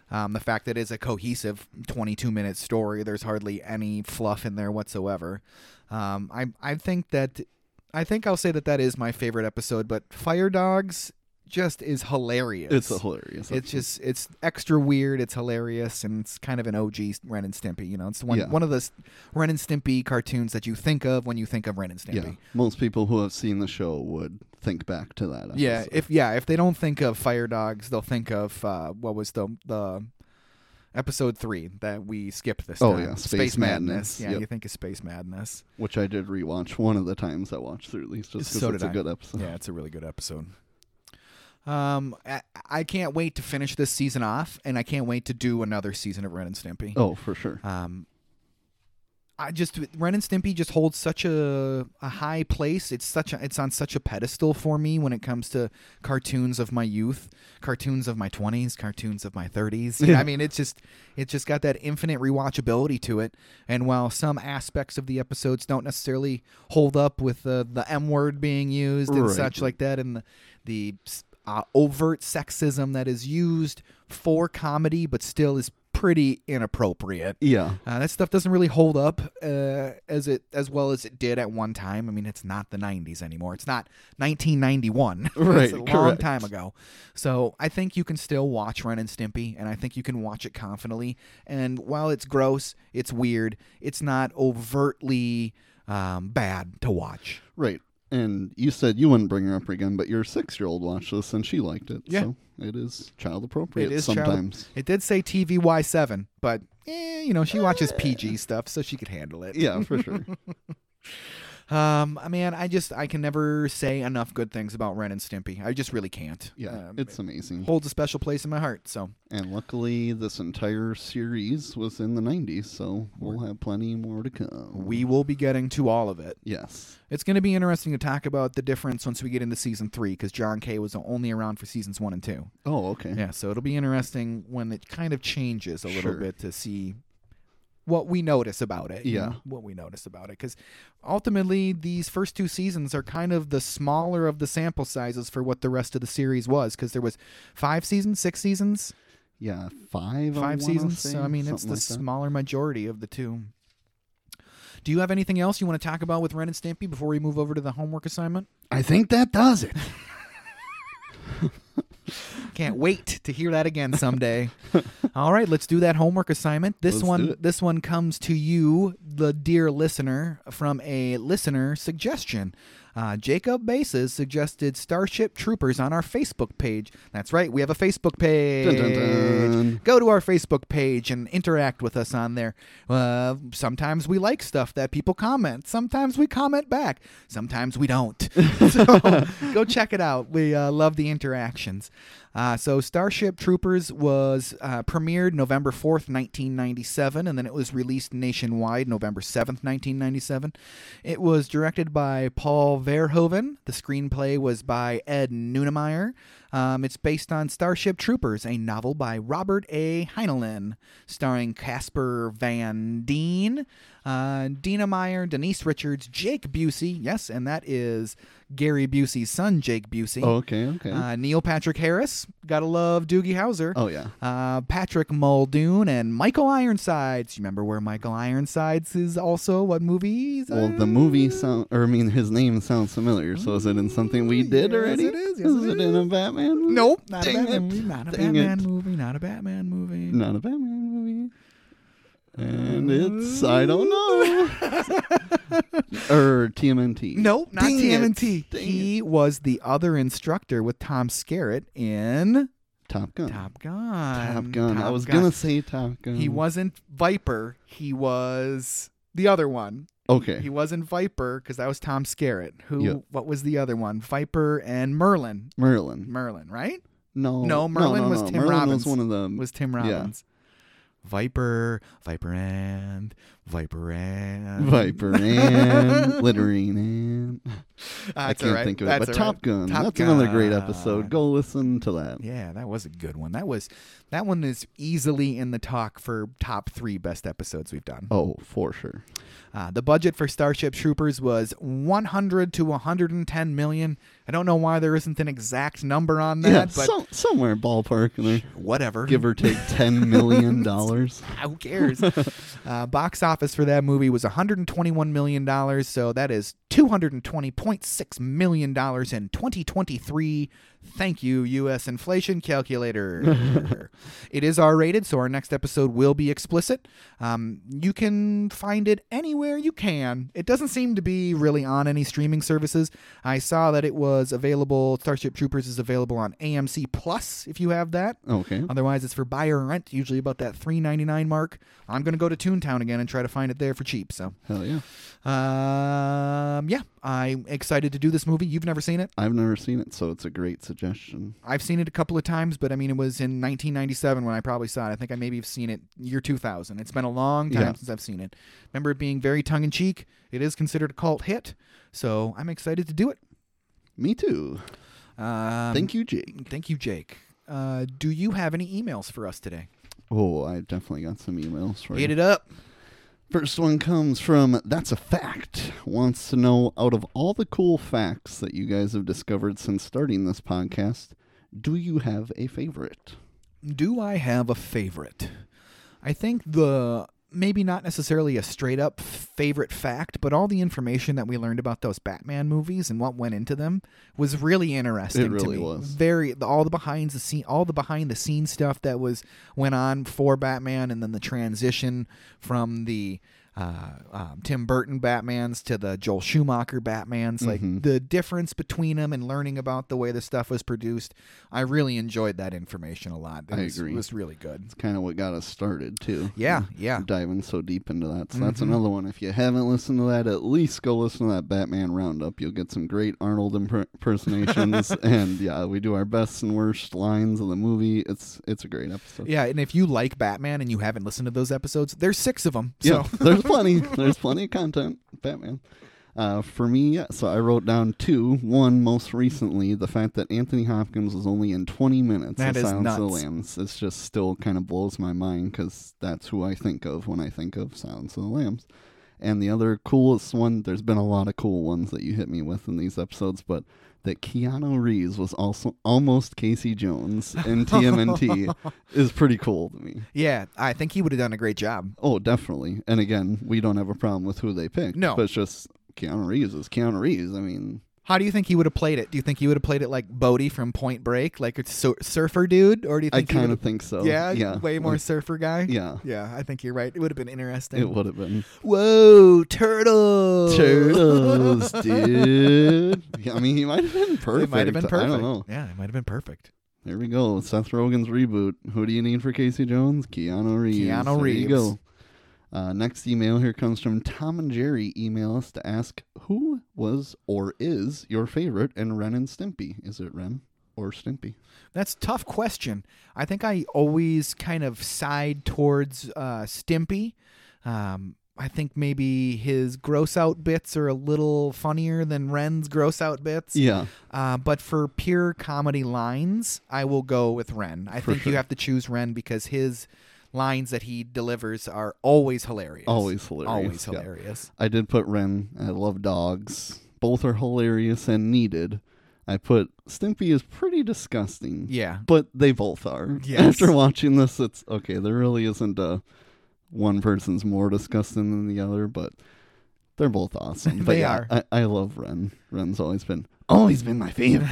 Um, the fact that it's a cohesive 22 minute story, there's hardly any fluff in there whatsoever. Um, I I think that I think I'll say that that is my favorite episode. But Fire Dogs just is hilarious. It's a hilarious. It's just it's extra weird. It's hilarious, and it's kind of an OG Ren and Stimpy. You know, it's one Yeah. one of the s- Ren and Stimpy cartoons that you think of when you think of Ren and yeah. Stimpy. Most people who have seen the show would think back to that. Episode. Yeah, if yeah, if they don't think of Fire Dogs, they'll think of uh, what was the the episode three that we skipped this Oh, time. yeah, Space Madness. Yeah, Yep. you think of Space Madness. which I did rewatch one of the times I watched through these, just because So it's did a I. good episode. Yeah, it's a really good episode. Um, I, I can't wait to finish this season off, and I can't wait to do another season of Ren and Stimpy. Oh, for sure. Um, I just Ren and Stimpy just holds such a a high place. It's such a, it's on such a pedestal for me when it comes to cartoons of my youth, cartoons of my twenties, cartoons of my thirties. Yeah. I mean, it's just it's just got that infinite rewatchability to it. And while some aspects of the episodes don't necessarily hold up with the the M word being used and Right. such like that, and the the uh, overt sexism that is used for comedy, but still is pretty inappropriate. Yeah. Uh, that stuff doesn't really hold up uh, as it as well as it did at one time. I mean, it's not the '90s anymore. It's not 1991. Right, it's a long correct. time ago. So I think you can still watch Ren and Stimpy, and I think you can watch it confidently. And while it's gross, it's weird. It's not overtly um, bad to watch. Right. And you said you wouldn't bring her up again, but your six year old watched this and she liked it. Yeah. So it is child appropriate It is child- sometimes. It did say TVY seven, but eh, you know she watches PG stuff, so she could handle it. Uh, Yeah, for sure. Um, I mean, I just I can never say enough good things about Ren and Stimpy. I just really can't. Yeah, Um, it's amazing. holds a special place in my heart. So And luckily, this entire series was in the 90s, so we'll have plenty more to come. we will be getting to all of it. Yes. It's going to be interesting to talk about the difference once we get into season three because John Kay was only around for seasons one and two. Oh, okay. Yeah, so it'll be interesting when it kind of changes a little Sure. bit to see what we notice about it. you Yeah. know, what we notice about it because ultimately these first two seasons are kind of the smaller of the sample sizes for what the rest of the series was because there was five seasons, six seasons. Yeah, five. I five wanna seasons. say, So I mean, it's the oh something like that. smaller majority of the two. Do you have anything else you want to talk about with Ren and Stimpy before we move over to the homework assignment? I think that does it. Can't wait to hear that again someday. All right, let's do that homework assignment. This Let's do one, it. this one comes to you, the dear listener, from a listener suggestion. Uh, Jacob Bases suggested Starship Troopers on our Facebook page. That's right, we have a Facebook page. Dun, dun, dun. go to our Facebook page and interact with us on there. Uh, sometimes we like stuff that people comment. Sometimes we comment back. Sometimes we don't. so go check it out. We uh, love the interactions. Uh, so Starship Troopers was uh, premiered November 4th, 1997, and then it was released nationwide November 7th, 1997. It was directed by Paul Verhoeven. The screenplay was by Ed Neunemeyer. Um, it's based on Starship Troopers, a novel by Robert A. Heinlein, starring Casper Van Deen, uh, Dina Meyer, Denise Richards, Jake Busey. Yes, and that is Gary Busey's son, Jake Busey. Oh, okay, okay. Uh, Neil Patrick Harris. Gotta love Doogie Howser oh, yeah. uh, Patrick Muldoon and Michael Ironsides. You remember where Michael Ironsides is also? What movie? He's Well, in? the movie sound, or I mean, his name sounds familiar. So is it in something we did Yes, already? it is, yes, is it it in a Batman? movie? Nope, not Dang a Batman it. movie. Not a Dang Batman it. movie. Not a Batman movie. Not a Batman movie. And it's I don't Er, know. or TMNT. Mm. Nope, not Dang it. TMNT. Dang He was the other instructor with Tom Skerritt in Top Gun. Top Gun. Top Gun. I Top was Gun. gonna say Top Gun. He wasn't Viper. He was the other one. okay. He wasn't Viper because that was Tom Skerritt. Who? Yep. What was the other one? Viper and Merlin. Merlin. Merlin, right? No. No, Merlin no, was no. Tim Merlin Robbins. was one of them. was Tim Yeah. Robbins. Viper, Viper and Viper and Viper and Littering and Ah, I can't think of it. But Top Gun. Top That's another great Gun. episode. Go listen to that. Yeah, that was a good one. That was that one is easily in the talk for top three best episodes we've done. Oh, for sure. Uh, the budget for Starship Troopers was 100 to 110 million. I don't know why there isn't an exact number on that, yeah, but so, somewhere ballpark in there. whatever. Give or take ten million dollars. Who cares? uh, box office for that movie was 121 million dollars, so that is $220.6 million in 2023. Thank you, U.S. inflation calculator. it is R rated, so our next episode will be explicit. Um, you can find it anywhere you can. It doesn't seem to be really on any streaming services. I saw that it was available, Starship Troopers is available on AMC Plus if you have that. Okay. Otherwise, it's for buy or rent, usually about that three ninety nine mark. I'm gonna go to Toontown again and try to find it there for cheap. So, Hell yeah. um, yeah, I'm excited to do this movie. You've never seen it. I've never seen it, so it's a great suggestion. I've seen it a couple of times, but I mean, it was in 1997 when I probably saw it. I think I maybe have seen it year 2000. It's been a long time Yeah. since I've seen it. Remember it being very tongue in cheek. It is considered a cult hit, so I'm excited to do it. Me too. Um, Thank you, Jake. thank you, Jake. Uh, do you have any emails for us today? Oh, I definitely got some emails for Hit you. it up. First one comes from That's a Fact. Wants to know out of all the cool facts that you guys have discovered since starting this podcast, do you have a favorite? Do I have a favorite? I think the maybe not necessarily a straight up favorite fact, but all the information that we learned about those Batman movies and what went into them was really interesting It to really me. was. Very the- all the behind the scene all the behind the scenes stuff that was went on for Batman and then the transition from the uh, um, Tim Burton Batmans to the Joel Schumacher Batmans, Mm-hmm. like the difference between them and learning about the way the stuff was produced. I really enjoyed that information a lot. It I was, agree. Mm-hmm. It was really good. It's kind of what got us started, too. Yeah, yeah. Diving so deep into that. So that's another one. If you haven't listened to that, at least go listen to that Batman Roundup. You'll get some great Arnold imper- impersonations. and yeah, we do our best and worst lines of the movie. It's it's a great episode. Yeah, and if you like Batman and you haven't listened to those episodes, there's six of them. So Yeah, there's plenty. There's plenty of content, Batman. Uh, for me, yeah, so I wrote down two. One, most recently, the fact that Anthony Hopkins was only in 20 minutes That of is Silence of the nuts. Lambs. It's just still kind of blows my mind because that's who I think of when I think of Silence of the Lambs. And the other coolest one, there's been a lot of cool ones that you hit me with in these episodes, but that Keanu Reeves was also almost Casey Jones in TMNT is pretty cool to me. yeah, I think he would have done a great job. Oh, definitely. And again, we don't have a problem with who they picked. No. But it's just Keanu Reeves is Keanu Reeves. I mean, How do you think he would have played it? Do you think he would have played it like Bodie from Point Break, like a sur- surfer dude, or do you I think he kind would've- of think so. yeah, Yeah. way more surfer guy? yeah. Yeah, I think you're right. It would have been interesting. It would have been Whoa, turtles! turtles, dude. Yeah, I mean, he might have been perfect. It might have been perfect. I don't know. Yeah, it might have been perfect. There we go. Seth Rogen's reboot. Who do you need for Casey Jones? Keanu Reeves. Keanu there Reeves. You go. Uh, next email here comes from Tom and Jerry. Email us to ask who was or is your favorite in Ren and Stimpy. Is it Ren or Stimpy? That's a tough question. I think I always kind of side towards uh, Stimpy. Um, I think maybe his gross out bits are a little funnier than Ren's gross out bits. Yeah. Uh, but for pure comedy lines, I will go with Ren. I For think sure. you have to choose Ren because his lines that he delivers are always hilarious. Always Always hilarious. yeah. hilarious. I did put Ren. I love dogs. Both are hilarious and needed. I put Stimpy is pretty disgusting. Yeah. But they both are. Yes. After watching this, it's okay. There really isn't a one person's more disgusting than the other, but they're both awesome. But They yeah, are. I, I love Ren. Ren's always been always been my favorite.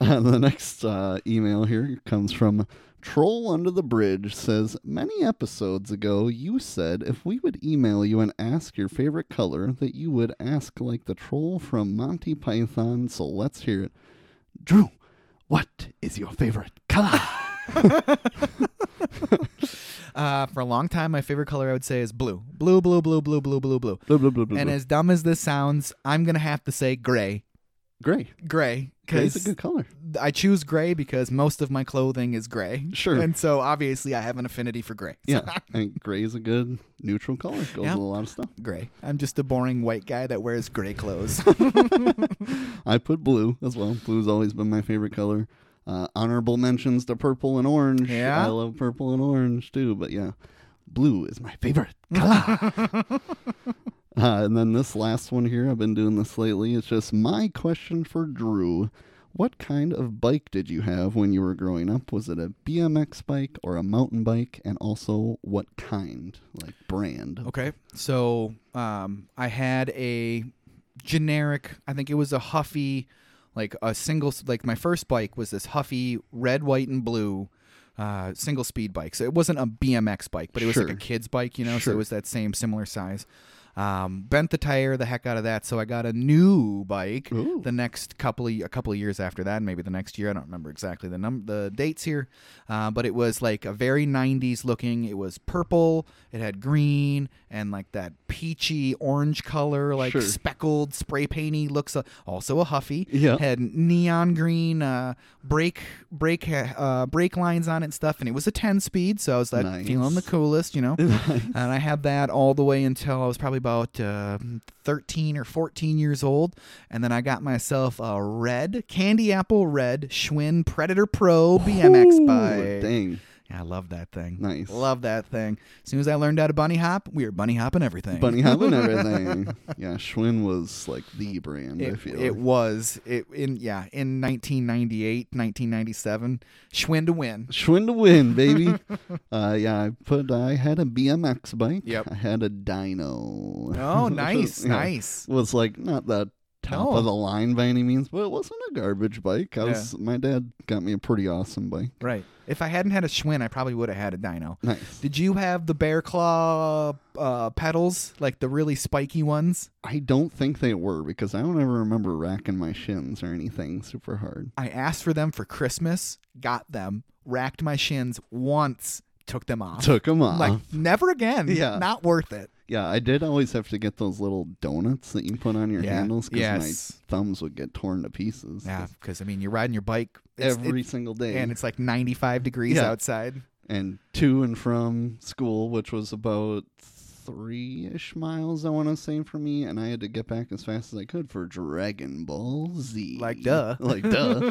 Uh, the next uh, email here comes from Troll Under the Bridge says, Many episodes ago, you said if we would email you and ask your favorite color, that you would ask like the troll from Monty Python. So let's hear it. Drew, what is your favorite color? Uh, for a long time, my favorite color I would say is blue. Blue, blue, blue, blue, blue, blue, blue. blah, blah, blah, blah, And blah. as dumb as this sounds, I'm gonna have to say gray. gray. Gray, Gray's a because good color. I choose gray because most of my clothing is gray. Sure. And so obviously I have an affinity for gray. So Yeah. and gray's a good neutral color. Goes Yeah. with a lot of stuff. Gray. I'm just a boring white guy that wears gray clothes. I put blue as well. Blue's always been my favorite color. Uh, honorable mentions to purple and orange. Yeah? I love purple and orange too, but yeah, blue is my favorite color. uh, and then this last one here, I've been doing this lately. It's just my question for Drew. What kind of bike did you have when you were growing up? Was it a BMX bike or a mountain bike? And also, what Oh, kind, like brand? okay. So um, I had a generic. I think it was a huffy, like a single, like my first bike was this huffy red, white, and blue uh, single speed bike. So it wasn't a BMX bike, but it was like Sure. a kid's bike, you know? So Sure. it was that same similar size. Um, bent the tire the heck out of that. So I got a new bike Ooh. the next couple of, a couple of years after that, maybe the next year. I don't remember exactly the num the dates here, uh, but it was like a very '90s looking. It was purple. It had green and like that peachy orange color, like Sure. speckled spray painty looks. Uh, also a huffy. Yeah. Had neon green uh, brake brake ha- uh, brake lines on it and stuff, and it was a 10 speed. So I was like Nice. feeling the coolest, you know. And I had that all the way until I was probably about uh, 13 or 14 years old. And then I got myself a red, candy apple red Schwinn Predator Pro BMX Ooh, bike. Dang. Yeah, I love that thing. Nice. Love that thing. As soon as I learned how to bunny hop, we were bunny hopping everything. Bunny hop and everything. yeah, Schwinn was like the brand, I It, feel. it was it in yeah in 1998 1997 Schwinn to win Schwinn to win, baby. uh, yeah, I put. I had a BMX bike. Yep. I had a dyno. oh nice Yeah. nice Was like not the top No. of the line by any means, but it wasn't a garbage bike. I Yeah. was. My dad got me a pretty awesome bike. right if I hadn't had a Schwinn I probably would have had a dyno Nice. Did you have the bear claw uh, pedals, like the really spiky ones? I don't think they were because I don't ever remember racking my shins or anything super hard. I asked for them for Christmas, got them, racked my shins once, took them off. Took them off. like never again. Yeah. Not worth it. Yeah, I did always have to get those little donuts that you put on your Yeah, handles because yes. my thumbs would get torn to pieces. Yeah, 'cause because I mean you're riding your bike it's- Every it- single day. and it's like ninety five degrees Yeah. outside. and to and from school, which was about three ish miles, I want to say, for me. And I had to get back as fast as I could for Dragon Ball Z. Like duh. Like, duh.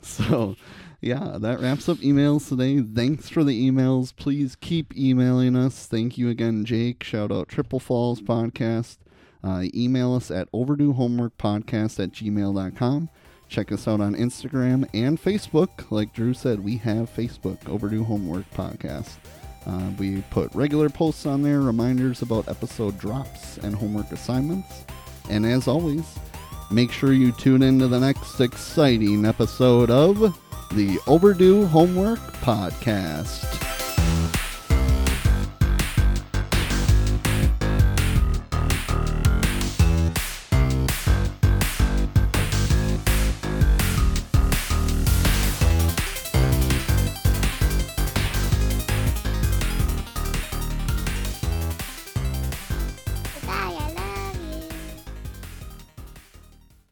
so, yeah, that wraps up emails today. Thanks for the emails. Please keep emailing us. Thank you again, Jake. Shout out Triple Falls Podcast. Uh, email us at overduehomeworkpodcast at gmail.com. Check us out on Instagram and Facebook. Like Drew said, we have Facebook, Overdue Homework Podcast. Uh, we put regular posts on there, reminders about episode drops and homework assignments. And as always, make sure you tune in to the next exciting episode of the Overdue Homework Podcast.